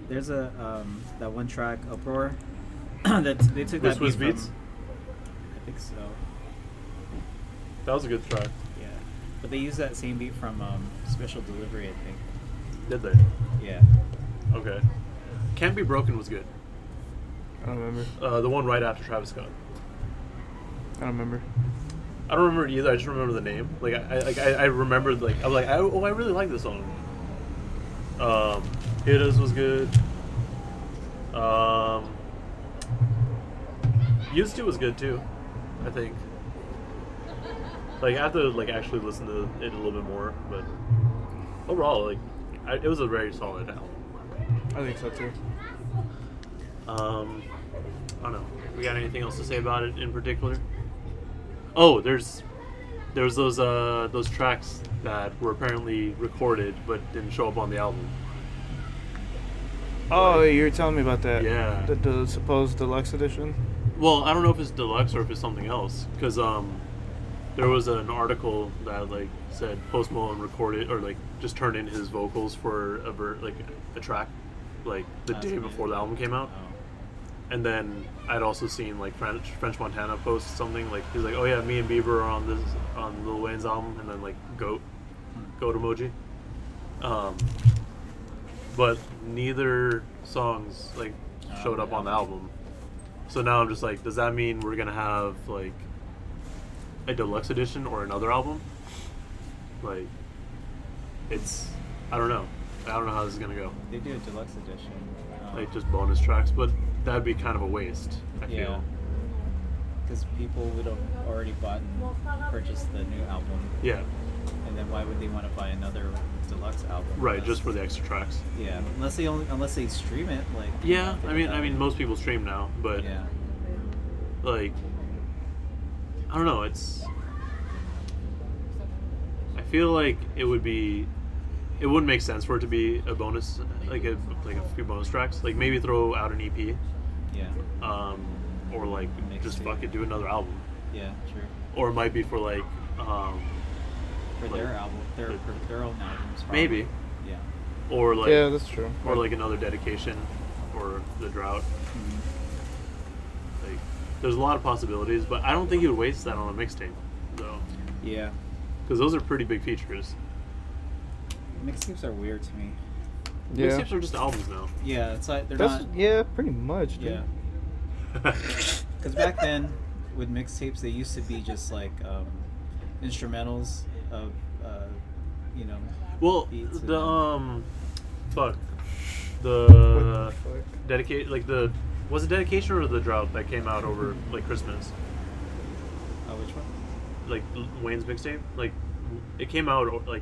[SPEAKER 1] There's a um, that one track uproar that they took
[SPEAKER 3] This
[SPEAKER 1] that
[SPEAKER 3] was
[SPEAKER 1] beat
[SPEAKER 3] Beats?
[SPEAKER 1] From, I think so.
[SPEAKER 3] That was a good track.
[SPEAKER 1] Yeah. But they used that same beat from um, Special Delivery, I think.
[SPEAKER 3] Did they?
[SPEAKER 1] Yeah.
[SPEAKER 3] Okay. Can't Be Broken was good.
[SPEAKER 2] I don't remember.
[SPEAKER 3] Uh, the one right after Travis Scott.
[SPEAKER 2] I don't remember.
[SPEAKER 3] I don't remember it either. I just remember the name. Like I, I like I, I remembered like I was like I, oh I really like this song. Um, Hit Us was good. Um, Used to was good too, I think. Like I have to like actually listen to it a little bit more, but overall like I, it was a very solid album.
[SPEAKER 2] I think so too.
[SPEAKER 3] Um, I don't know. We got anything else to say about it in particular? Oh, there's there's those uh those tracks that were apparently recorded but didn't show up on the album.
[SPEAKER 2] Oh, you were telling me about that.
[SPEAKER 3] Yeah.
[SPEAKER 2] The, the supposed deluxe edition.
[SPEAKER 3] Well, I don't know if it's deluxe or if it's something else because um there was an article that like said Post Malone recorded or like just turned in his vocals for a ver- like a track like the
[SPEAKER 1] That's
[SPEAKER 3] day
[SPEAKER 1] amazing.
[SPEAKER 3] before the album came out.
[SPEAKER 1] Oh.
[SPEAKER 3] And then I'd also seen like French French Montana post something like he's like, oh yeah, me and Bieber are on this on Lil Wayne's album, and then like goat
[SPEAKER 1] hmm.
[SPEAKER 3] goat emoji. Um, but neither songs like showed up on the album, so now I'm just like, does that mean we're gonna have like a deluxe edition or another album? Like, it's I don't know, I don't know how this is gonna go
[SPEAKER 1] They do a deluxe edition. Um,
[SPEAKER 3] like just bonus tracks, but that'd be kind of a waste. I
[SPEAKER 1] yeah.
[SPEAKER 3] feel.
[SPEAKER 1] Because people would have already bought and purchased the new album,
[SPEAKER 3] Yeah.
[SPEAKER 1] and then why would they want to buy another deluxe album?
[SPEAKER 3] Right.
[SPEAKER 1] That's-
[SPEAKER 3] Just for the extra tracks.
[SPEAKER 1] Yeah, unless they only unless they stream it like.
[SPEAKER 3] Yeah.
[SPEAKER 1] they
[SPEAKER 3] I
[SPEAKER 1] do
[SPEAKER 3] mean,
[SPEAKER 1] that.
[SPEAKER 3] I mean, most people stream now, but
[SPEAKER 1] Yeah.
[SPEAKER 3] like, I don't know. It's. I feel like it would be, it wouldn't make sense for it to be a bonus, like a like a few bonus tracks. Like maybe throw out an EP,
[SPEAKER 1] Yeah.
[SPEAKER 3] um, or like just
[SPEAKER 1] Mixtape.
[SPEAKER 3] fuck it, do another album.
[SPEAKER 1] Yeah. True.
[SPEAKER 3] Or it might be for like, um,
[SPEAKER 1] For
[SPEAKER 3] Like-
[SPEAKER 1] their album, their
[SPEAKER 3] like-
[SPEAKER 1] for their own albums. Probably.
[SPEAKER 3] maybe,
[SPEAKER 1] Yeah.
[SPEAKER 3] or like
[SPEAKER 2] yeah, that's true.
[SPEAKER 3] or like another dedication or the drought like there's a lot of possibilities but i don't think you would waste that on a mixtape though
[SPEAKER 1] Yeah.
[SPEAKER 3] because those are pretty big features
[SPEAKER 1] Mixtapes are weird to me.
[SPEAKER 2] yeah.
[SPEAKER 3] mixtapes are just albums now
[SPEAKER 1] Yeah, it's like they're
[SPEAKER 2] That's
[SPEAKER 1] not.
[SPEAKER 2] yeah, pretty much. Dude.
[SPEAKER 1] Yeah. Because back then, with mixtapes, they used to be just like um, instrumentals of, uh, you know,
[SPEAKER 3] well
[SPEAKER 1] Beats
[SPEAKER 3] the
[SPEAKER 1] and-
[SPEAKER 3] um fuck
[SPEAKER 2] What
[SPEAKER 3] the
[SPEAKER 2] the fuck?
[SPEAKER 3] dedicate like the was it dedication or the drought that came out over like christmas
[SPEAKER 1] oh, which one?
[SPEAKER 3] like L- wayne's mixtape like it came out o- like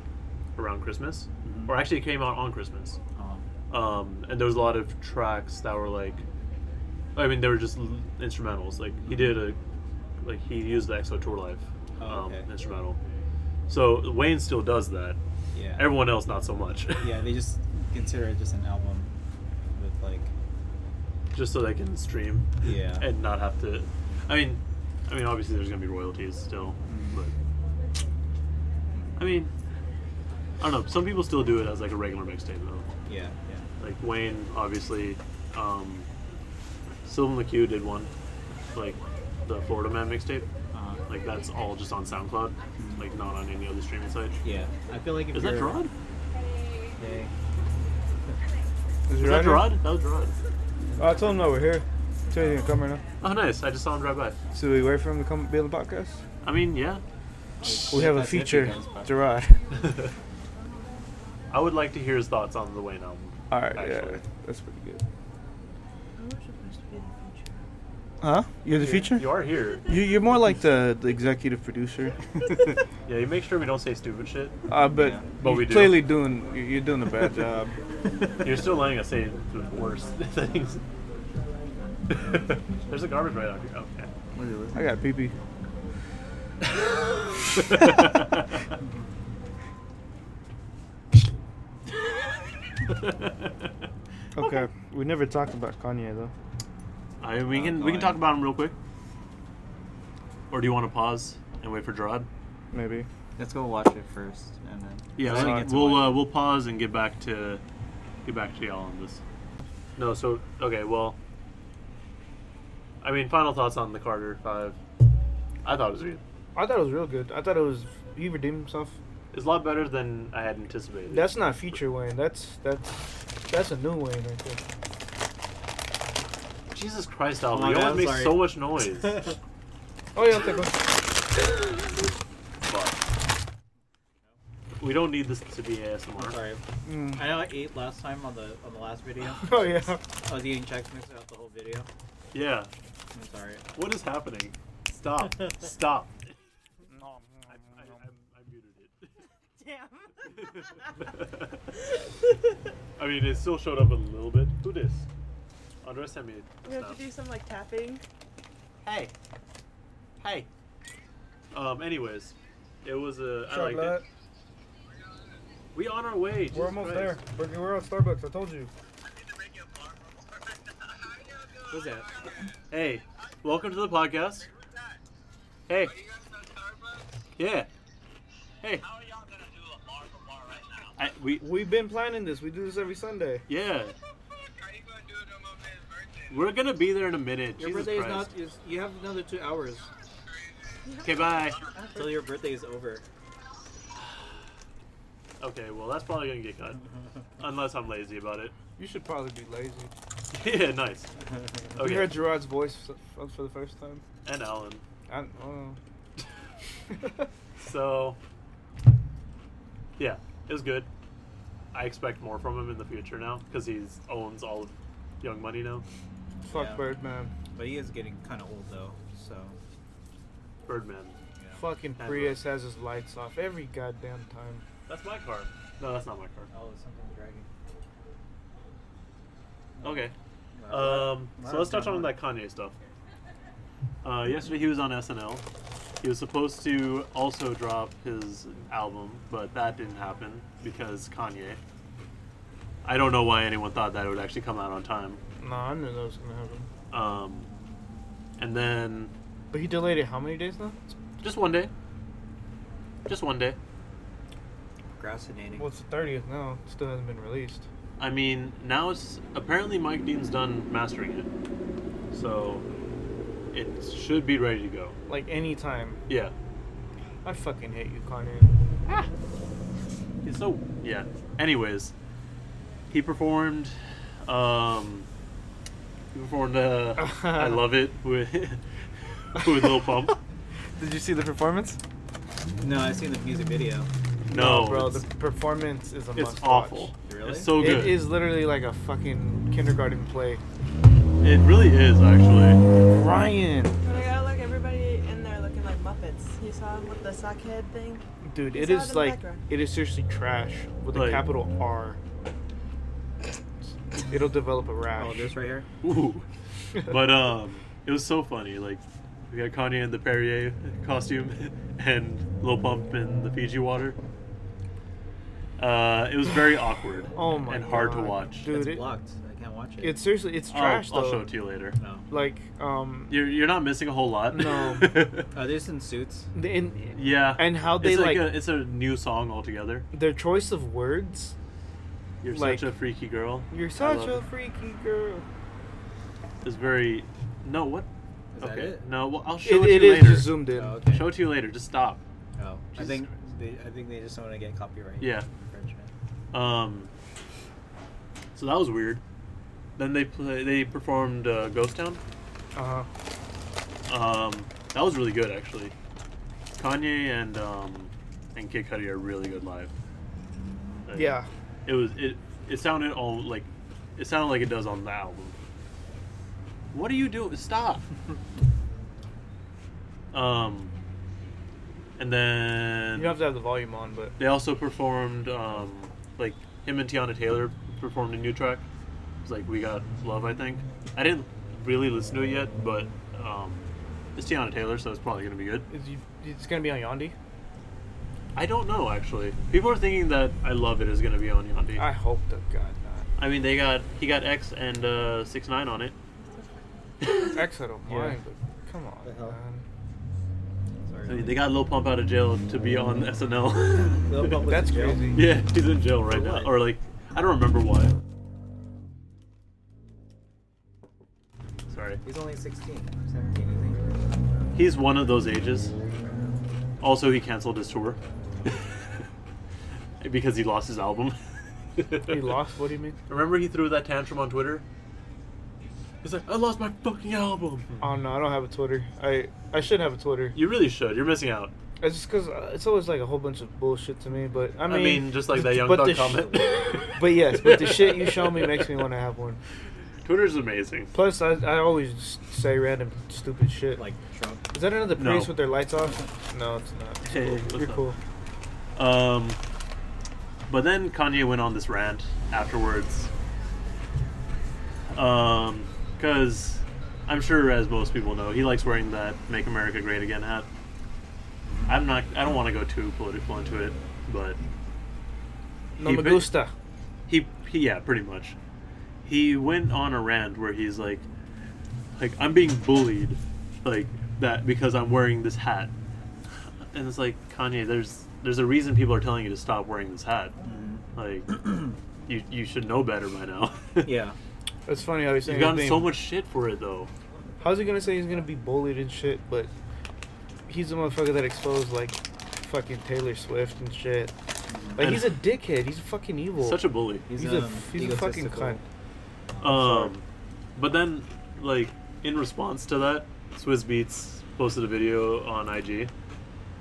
[SPEAKER 3] around christmas
[SPEAKER 2] Mm-hmm.
[SPEAKER 1] Mhm.
[SPEAKER 3] or actually it came out on christmas
[SPEAKER 1] Oh,
[SPEAKER 3] um, and there was a lot of tracks that were like i mean they were just l- instrumentals like he did a like he used the exo tour life
[SPEAKER 1] Oh,
[SPEAKER 3] um,
[SPEAKER 1] okay.
[SPEAKER 3] instrumental so wayne still does that
[SPEAKER 1] yeah.
[SPEAKER 3] everyone else not so much
[SPEAKER 1] Yeah, they just consider it just an album with like.
[SPEAKER 3] just so they can stream
[SPEAKER 1] Yeah.
[SPEAKER 3] and not have to
[SPEAKER 1] Mm.
[SPEAKER 3] i mean i mean obviously there's gonna be royalties still but I mean, I don't know. Some people still do it as like a regular mixtape though.
[SPEAKER 1] Yeah, yeah.
[SPEAKER 3] Like Wayne, obviously, um, Sylvan McHugh did one, like the Florida Man mixtape.
[SPEAKER 1] Uh,
[SPEAKER 3] Like that's all just on SoundCloud, like not on any other streaming site.
[SPEAKER 1] yeah, I feel like if
[SPEAKER 3] Is that
[SPEAKER 1] you're-
[SPEAKER 3] Gerard?
[SPEAKER 1] Hey,
[SPEAKER 3] Is that Gerard? That was Gerard.
[SPEAKER 2] Oh, I told him no, we're here. Tell you to come right now.
[SPEAKER 3] Oh, nice. I just saw him drive by.
[SPEAKER 2] So we wait for him to come be on the podcast.
[SPEAKER 3] I mean, yeah.
[SPEAKER 2] We have a
[SPEAKER 1] that's if he
[SPEAKER 2] feature,
[SPEAKER 1] comes back.
[SPEAKER 2] Gerard.
[SPEAKER 3] I would like to hear his thoughts on the Wayne album.
[SPEAKER 2] All right,
[SPEAKER 3] Actually.
[SPEAKER 2] yeah, that's pretty good.
[SPEAKER 4] We were supposed to be in the future.
[SPEAKER 2] Huh? You're the feature.
[SPEAKER 3] You are here.
[SPEAKER 2] You, you're more like the, the executive producer.
[SPEAKER 3] Yeah, you make sure we don't say stupid shit.
[SPEAKER 2] uh, but
[SPEAKER 1] Yeah.
[SPEAKER 3] But
[SPEAKER 2] you're
[SPEAKER 3] we do.
[SPEAKER 2] clearly doing you- you're doing a bad job.
[SPEAKER 3] You're still letting us say worse things. There's a garbage right out here. Okay.
[SPEAKER 2] I got pee pee. Okay, we never talked about Kanye though.
[SPEAKER 3] I mean, we
[SPEAKER 1] Uh,
[SPEAKER 3] can we
[SPEAKER 1] fine.
[SPEAKER 3] can talk about him real quick. Or do you want to pause and wait for Gerard?
[SPEAKER 2] Maybe.
[SPEAKER 1] let's go watch it first, and then
[SPEAKER 3] Yeah,
[SPEAKER 1] Then
[SPEAKER 2] I
[SPEAKER 1] we
[SPEAKER 2] think
[SPEAKER 1] get to
[SPEAKER 3] we'll
[SPEAKER 1] watch
[SPEAKER 3] uh, we'll pause and get back to get back to y'all on this. No, so okay, well, I mean, final thoughts on the Carter Five. I thought it was good.
[SPEAKER 2] I thought it was real good. I thought it was he redeemed himself.
[SPEAKER 3] It's a lot better than I had anticipated.
[SPEAKER 5] That's not feature Wayne. That's that's that's a new Wayne right there.
[SPEAKER 3] Jesus Christ, Alvin!
[SPEAKER 1] Oh,
[SPEAKER 3] you
[SPEAKER 1] yeah,
[SPEAKER 3] always
[SPEAKER 1] I'm
[SPEAKER 3] make
[SPEAKER 1] sorry.
[SPEAKER 3] so much noise.
[SPEAKER 5] Oh yeah, I'll take one.
[SPEAKER 3] we don't need this to be ASMR.
[SPEAKER 1] I'm sorry. I know I ate last time on the on the last video.
[SPEAKER 5] Oh yeah.
[SPEAKER 1] I was eating Chex Mix throughout the whole video.
[SPEAKER 3] Yeah.
[SPEAKER 1] I'm sorry.
[SPEAKER 3] What is happening? Stop. Stop. I, I, I, I muted it.
[SPEAKER 4] Damn.
[SPEAKER 3] I mean, it still showed up a little bit. Who this? Andres sent me. a
[SPEAKER 4] we have
[SPEAKER 3] snap.
[SPEAKER 4] to do some like tapping.
[SPEAKER 3] Hey. Hey. Um. Anyways, it was a. I
[SPEAKER 5] Shot
[SPEAKER 3] liked
[SPEAKER 5] light.
[SPEAKER 3] it. We on our way. Jesus
[SPEAKER 5] We're almost
[SPEAKER 3] Christ.
[SPEAKER 5] there. We're, we're at Starbucks. I told you.
[SPEAKER 1] Who's that?
[SPEAKER 3] Hey, welcome to the podcast. Hey. Yeah. Hey. I, we
[SPEAKER 5] We've been planning this. We do this every Sunday.
[SPEAKER 3] yeah. We're gonna be there in a minute.
[SPEAKER 1] Your
[SPEAKER 3] Jesus
[SPEAKER 1] birthday
[SPEAKER 3] Christ.
[SPEAKER 1] is not. Is, you have another two hours
[SPEAKER 3] Okay, bye.
[SPEAKER 1] until your birthday is over.
[SPEAKER 3] Okay, well that's probably gonna get cut, unless I'm lazy about it.
[SPEAKER 5] You should probably be lazy.
[SPEAKER 3] yeah, nice.
[SPEAKER 5] You heard
[SPEAKER 3] Okay,
[SPEAKER 5] Gerard's voice for, for the first time.
[SPEAKER 3] and Alan.
[SPEAKER 5] I don't know.
[SPEAKER 3] So, yeah, it was good. I expect more from him in the future now because he owns all of Young Money now.
[SPEAKER 5] Fuck
[SPEAKER 1] Yeah.
[SPEAKER 5] Birdman.
[SPEAKER 1] But he is getting kind of old though, so.
[SPEAKER 3] Birdman.
[SPEAKER 1] You know.
[SPEAKER 5] Fucking
[SPEAKER 3] That's
[SPEAKER 5] Prius has his lights off every goddamn time.
[SPEAKER 3] That's my car. No, that's not my car.
[SPEAKER 1] Oh, something's dragging.
[SPEAKER 3] Okay. Um, so let's touch on that Kanye stuff. Uh, yesterday he was on SNL. He was supposed to also drop his album, but that didn't happen because Kanye. I don't know why anyone thought that it would actually come out on time.
[SPEAKER 5] Nah, I knew that was gonna happen.
[SPEAKER 3] Um, and then
[SPEAKER 5] But he delayed it how many days now?
[SPEAKER 3] just one day. Just one day.
[SPEAKER 1] Procrastinating.
[SPEAKER 5] Well, it's the 30th now. It still hasn't been released.
[SPEAKER 3] I mean, now it's apparently Mike Dean's done mastering it, so it should be ready to go.
[SPEAKER 5] Like any time.
[SPEAKER 3] Yeah.
[SPEAKER 5] I fucking hate you, Kanye.
[SPEAKER 3] He's so yeah. Anyways, he performed. Um, he performed. Uh, I love it with with Lil Pump.
[SPEAKER 2] Did you see the performance?
[SPEAKER 1] no, I've seen the music video.
[SPEAKER 3] No,
[SPEAKER 5] bro,
[SPEAKER 3] it's,
[SPEAKER 5] the performance is a
[SPEAKER 3] it's
[SPEAKER 5] must
[SPEAKER 3] awful.
[SPEAKER 5] watch.
[SPEAKER 1] Really?
[SPEAKER 3] It's so good.
[SPEAKER 5] It is literally like a fucking kindergarten play.
[SPEAKER 3] It really is actually.
[SPEAKER 2] Ryan,
[SPEAKER 4] Oh my god, look, everybody in there looking like Muppets. You saw him with the sockhead thing?
[SPEAKER 5] dude,
[SPEAKER 4] It's
[SPEAKER 5] it
[SPEAKER 4] out in
[SPEAKER 5] is
[SPEAKER 4] the
[SPEAKER 5] like
[SPEAKER 4] background.
[SPEAKER 5] it is seriously trash with
[SPEAKER 3] Like-
[SPEAKER 5] a capital R. It'll develop a rash.
[SPEAKER 1] Oh, this right here.
[SPEAKER 3] Ooh. But um, it was so funny. Like we got Kanye in the Perrier costume and Lil Pump in the Fiji water. Uh, it was very awkward
[SPEAKER 5] Oh my
[SPEAKER 3] and hard to
[SPEAKER 5] God.
[SPEAKER 3] watch.
[SPEAKER 5] Dude,
[SPEAKER 1] it's
[SPEAKER 5] it-
[SPEAKER 1] blocked. I can't watch it. Oh.
[SPEAKER 2] It's seriously, it's
[SPEAKER 3] I'll-
[SPEAKER 2] trash
[SPEAKER 3] I'll,
[SPEAKER 2] though.
[SPEAKER 3] show it to you later.
[SPEAKER 1] no.
[SPEAKER 2] Like, um,
[SPEAKER 3] You're, you're not missing a whole lot.
[SPEAKER 2] No.
[SPEAKER 1] Are these in suits?
[SPEAKER 2] the- in,
[SPEAKER 3] yeah.
[SPEAKER 2] And how they,
[SPEAKER 3] it's
[SPEAKER 2] like-
[SPEAKER 3] a, it's a new song altogether.
[SPEAKER 2] their choice of words.
[SPEAKER 3] You're
[SPEAKER 2] Like-
[SPEAKER 3] such a freaky girl.
[SPEAKER 2] You're
[SPEAKER 3] I
[SPEAKER 2] such
[SPEAKER 3] love
[SPEAKER 2] a
[SPEAKER 3] it.
[SPEAKER 2] freaky girl.
[SPEAKER 3] It's very. No, what?
[SPEAKER 1] Is
[SPEAKER 3] okay.
[SPEAKER 1] that it?
[SPEAKER 3] No, well, I'll show
[SPEAKER 2] It,
[SPEAKER 3] it,
[SPEAKER 2] it
[SPEAKER 3] to you
[SPEAKER 2] is
[SPEAKER 3] later.
[SPEAKER 2] just zoomed in.
[SPEAKER 1] Oh, okay.
[SPEAKER 3] Show it to you later. Just stop.
[SPEAKER 1] Oh, I
[SPEAKER 3] Jesus
[SPEAKER 1] think
[SPEAKER 3] Christ.
[SPEAKER 1] they, I think they just want to get copyright.
[SPEAKER 3] Yeah.
[SPEAKER 1] infringement.
[SPEAKER 3] Um. So that was weird. Then they play, they performed uh, Ghost Town.
[SPEAKER 2] Uh huh.
[SPEAKER 3] Um, that was really good actually. Kanye and um, and Kid Cudi are really good live. Like,
[SPEAKER 2] Yeah.
[SPEAKER 3] It was it. It sounded all like, it sounded like it does on the album. What are you doing? Stop. um. And
[SPEAKER 2] You
[SPEAKER 3] then
[SPEAKER 2] don't have to have the volume on, but
[SPEAKER 3] they also performed um, like him and Tiana Taylor performed a new track. It's like we got love, I think. I didn't really listen to it yet, but um, it's Tiana Taylor, so it's probably gonna be good.
[SPEAKER 2] is you, it's gonna be on Yandi.
[SPEAKER 3] I don't know actually. People are thinking that I love it is gonna be on Yandi.
[SPEAKER 2] I hope to God not.
[SPEAKER 3] I mean, they got he got X and uh, Six Nine on it.
[SPEAKER 2] X, I don't
[SPEAKER 6] Yeah.
[SPEAKER 2] mind, but come on,
[SPEAKER 6] The hell?
[SPEAKER 2] man.
[SPEAKER 1] Sorry.
[SPEAKER 3] So they got Lil Pump out of jail to be on SNL.
[SPEAKER 1] Lil Pump was
[SPEAKER 2] That's
[SPEAKER 1] in jail?
[SPEAKER 2] crazy.
[SPEAKER 3] yeah, he's in jail right now,
[SPEAKER 1] what?
[SPEAKER 3] or like I don't remember why. Sorry.
[SPEAKER 1] He's only 16, 17,
[SPEAKER 3] He's one of those ages. Also, he canceled his tour because he lost his album.
[SPEAKER 2] He lost. What do you mean?
[SPEAKER 3] Remember, he threw that tantrum on Twitter. He's like, "I lost my fucking album."
[SPEAKER 2] Oh no, I don't have a Twitter. I I should have a Twitter.
[SPEAKER 3] You really should. You're missing out.
[SPEAKER 2] It's just because uh, it's always like a whole bunch of bullshit to me. But I
[SPEAKER 3] I
[SPEAKER 2] mean,
[SPEAKER 3] mean, just like that young
[SPEAKER 2] but
[SPEAKER 3] thug
[SPEAKER 2] the sh-
[SPEAKER 3] comment.
[SPEAKER 2] but yes, but the shit you show me makes me want to have one.
[SPEAKER 3] Twitter's amazing.
[SPEAKER 2] Plus, I, I always just say random stupid shit.
[SPEAKER 1] like Trump.
[SPEAKER 2] is that another
[SPEAKER 3] No.
[SPEAKER 2] priest with their lights off? No, it's not. It's
[SPEAKER 3] Hey,
[SPEAKER 2] cool.
[SPEAKER 3] what's
[SPEAKER 2] You're
[SPEAKER 3] up?
[SPEAKER 2] cool.
[SPEAKER 3] Um, but then Kanye went on this rant afterwards. Um, because I'm sure, as most people know, he likes wearing that "Make America Great Again" hat. I'm not. I don't want to go too political into it, but
[SPEAKER 2] No
[SPEAKER 3] He
[SPEAKER 2] me
[SPEAKER 3] bit-
[SPEAKER 2] gusta.
[SPEAKER 3] he, he yeah, pretty much. He went on a rant where he's like, like I'm being bullied, like that because I'm wearing this hat, and it's like Kanye, there's there's a reason people are telling you to stop wearing this hat. Like, you you should know better by now.
[SPEAKER 1] Yeah.
[SPEAKER 2] It's funny how he's saying his
[SPEAKER 3] You've gotten
[SPEAKER 2] name.
[SPEAKER 3] so much shit for it though.
[SPEAKER 2] How's he gonna say he's gonna be bullied and shit? But he's the motherfucker that exposed like fucking Taylor Swift and shit. Like
[SPEAKER 3] And-
[SPEAKER 2] he's a dickhead. He's fucking evil.
[SPEAKER 3] Such a um, bully.
[SPEAKER 2] He's a- he's a fucking
[SPEAKER 1] egotistical.
[SPEAKER 2] cunt.
[SPEAKER 3] Um, but then, like, in response to that, Swizz Beats posted a video on IG,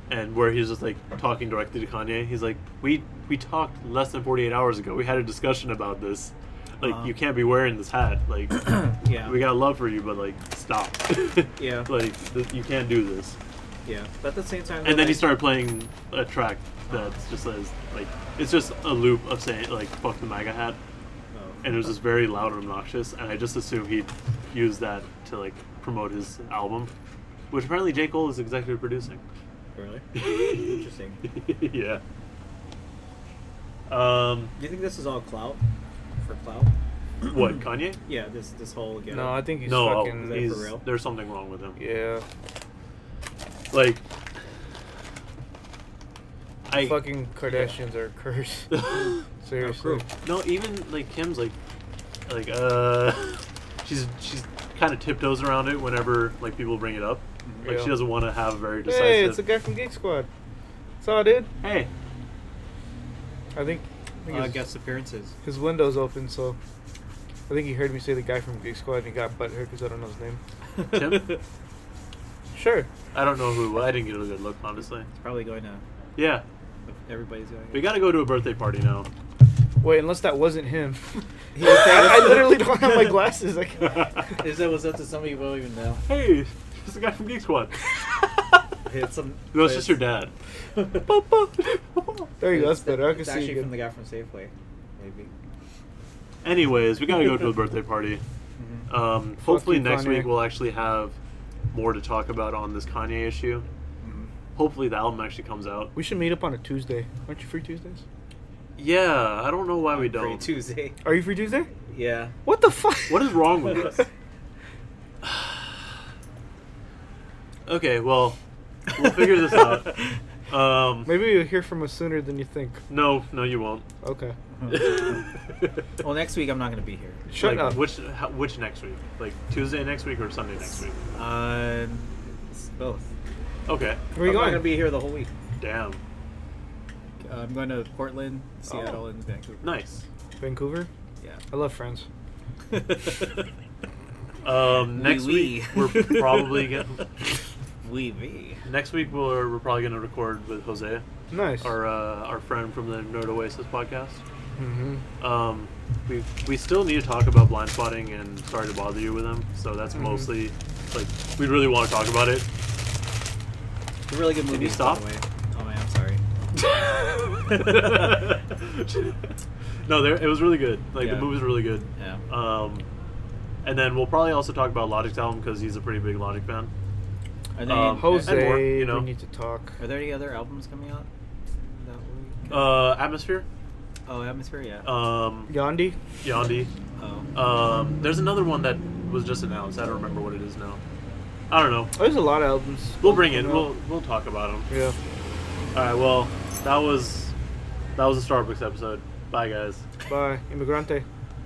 [SPEAKER 3] and where he's just like talking directly to Kanye. He's like, "We we talked less than 48 hours ago. We had a discussion about this. Like,
[SPEAKER 1] Uh-huh.
[SPEAKER 3] you can't be wearing this hat. Like,
[SPEAKER 1] Yeah.
[SPEAKER 3] we got love for you, but like, stop.
[SPEAKER 1] Yeah.
[SPEAKER 3] Like, th- you can't do this."
[SPEAKER 1] Yeah. But at the same time,
[SPEAKER 3] And then he
[SPEAKER 1] like-
[SPEAKER 3] started playing a track that just says like it's just a loop of saying like "fuck the MAGA hat."
[SPEAKER 1] Oh.
[SPEAKER 3] and it was just very loud and obnoxious. And I just assumed he'd use that to like promote his album, which apparently J Cole is executive producing.
[SPEAKER 1] Really? Interesting. Do
[SPEAKER 3] yeah. Um,
[SPEAKER 1] you think this is all clout? For clout?
[SPEAKER 3] what Kanye?
[SPEAKER 1] Yeah. This this whole. Get
[SPEAKER 2] No, I think he's
[SPEAKER 3] no, oh,
[SPEAKER 2] fucking.
[SPEAKER 1] Is that
[SPEAKER 3] he's,
[SPEAKER 1] for real?
[SPEAKER 3] there's something wrong with him.
[SPEAKER 2] yeah,
[SPEAKER 3] Like, I
[SPEAKER 2] fucking Kardashians are cursed. Seriously,
[SPEAKER 3] no even like Kim's like like uh she's she's kind of tiptoes around it whenever like people bring it up. Like
[SPEAKER 2] Yeah.
[SPEAKER 3] she doesn't want to have very decisive.
[SPEAKER 2] hey, it's a guy from Geek Squad. That's all, dude.
[SPEAKER 3] hey,
[SPEAKER 2] I think, I think
[SPEAKER 1] Uh,
[SPEAKER 2] his,
[SPEAKER 1] guest appearances.
[SPEAKER 2] his window's open, so I think he heard me say the guy from Geek Squad and he got butthurt because I don't know his name.
[SPEAKER 3] Tim.
[SPEAKER 2] Sure.
[SPEAKER 3] I don't know who. I didn't get a good look, honestly.
[SPEAKER 1] Probably going to.
[SPEAKER 3] Yeah,
[SPEAKER 1] Everybody's going.
[SPEAKER 3] we gotta go to a birthday party now.
[SPEAKER 2] Wait, unless that wasn't him.
[SPEAKER 1] He was saying-
[SPEAKER 2] I, I literally don't have my glasses. I can't.
[SPEAKER 1] Is that was that to somebody you don't even know?
[SPEAKER 3] hey, it's the guy from Geek Squad.
[SPEAKER 1] It's some. but
[SPEAKER 3] No, it's just your dad.
[SPEAKER 2] There you go.
[SPEAKER 1] it's-
[SPEAKER 2] That's better. I can
[SPEAKER 1] it's
[SPEAKER 2] see
[SPEAKER 1] actually
[SPEAKER 2] you
[SPEAKER 1] from the
[SPEAKER 2] good.
[SPEAKER 1] guy from Safeway, maybe.
[SPEAKER 3] Anyways, we gotta go to a birthday party. Um,
[SPEAKER 2] Mm-hmm.
[SPEAKER 3] hopefully
[SPEAKER 2] you,
[SPEAKER 3] next
[SPEAKER 2] Kanye.
[SPEAKER 3] week we'll actually have more to talk about on this Kanye issue.
[SPEAKER 2] Mm-hmm.
[SPEAKER 3] Hopefully the album actually comes out.
[SPEAKER 2] We should meet up on a Tuesday. Aren't you free Tuesdays?
[SPEAKER 3] Yeah, I don't know why
[SPEAKER 1] Free
[SPEAKER 3] we don't.
[SPEAKER 1] Tuesday.
[SPEAKER 5] Are you free Tuesday?
[SPEAKER 1] Yeah.
[SPEAKER 5] What the fuck?
[SPEAKER 3] What is wrong with us? okay, well, we'll figure this out. Um,
[SPEAKER 5] Maybe you'll hear from us sooner than you think.
[SPEAKER 3] no, no, you won't.
[SPEAKER 5] Okay.
[SPEAKER 1] Well, next week I'm not going to be here.
[SPEAKER 5] Shut
[SPEAKER 3] like,
[SPEAKER 5] up.
[SPEAKER 3] Which how, which next week? Like Tuesday next week or Sunday next week?
[SPEAKER 1] Um, it's both.
[SPEAKER 3] Okay.
[SPEAKER 5] Where you
[SPEAKER 1] I'm not
[SPEAKER 5] going?
[SPEAKER 1] going to be here the whole week.
[SPEAKER 3] Damn.
[SPEAKER 1] Uh, I'm going to Portland,
[SPEAKER 2] Oh.
[SPEAKER 1] Seattle, and Vancouver.
[SPEAKER 3] Nice.
[SPEAKER 5] Vancouver.
[SPEAKER 1] Yeah.
[SPEAKER 5] I love France.
[SPEAKER 3] Um, next
[SPEAKER 1] Wee-wee.
[SPEAKER 3] week we're probably gonna,
[SPEAKER 1] We be.
[SPEAKER 3] next week we're, we're probably gonna record with Jose,
[SPEAKER 5] Nice.
[SPEAKER 3] our uh, our friend from the Nerd Oasis podcast.
[SPEAKER 5] hmm
[SPEAKER 3] Um, we we still need to talk about blind spotting and sorry to bother you with them. So that's
[SPEAKER 1] Mm-hmm.
[SPEAKER 5] Mhm.
[SPEAKER 3] mostly like we really want to talk about it.
[SPEAKER 1] It's a really good movie.
[SPEAKER 3] you stop?
[SPEAKER 1] By the way. Oh, man, I'm sorry.
[SPEAKER 3] no, there it was really good. Like
[SPEAKER 1] Yeah.
[SPEAKER 3] the movie's really good.
[SPEAKER 1] Yeah.
[SPEAKER 3] Um, and then we'll probably also talk about Logic's album because he's a pretty big Logic fan.
[SPEAKER 1] Are there,
[SPEAKER 3] um,
[SPEAKER 1] any,
[SPEAKER 5] Jose,
[SPEAKER 3] and more, you know.
[SPEAKER 5] we need to talk.
[SPEAKER 1] are there any other albums coming out that week?
[SPEAKER 3] Uh, Atmosphere,
[SPEAKER 1] oh, Atmosphere, yeah.
[SPEAKER 3] um,
[SPEAKER 5] Gandhi.
[SPEAKER 3] Yandi.
[SPEAKER 1] oh.
[SPEAKER 3] Um, there's another one that was just announced. I don't remember what it is now. I don't know.
[SPEAKER 5] Oh, There's a lot of albums.
[SPEAKER 3] We'll bring it.
[SPEAKER 5] coming
[SPEAKER 3] We'll
[SPEAKER 5] out.
[SPEAKER 3] we'll talk about them.
[SPEAKER 5] Yeah.
[SPEAKER 3] All right. Well, that was that was a Starbucks episode. Bye, guys.
[SPEAKER 5] Bye. Immigrante.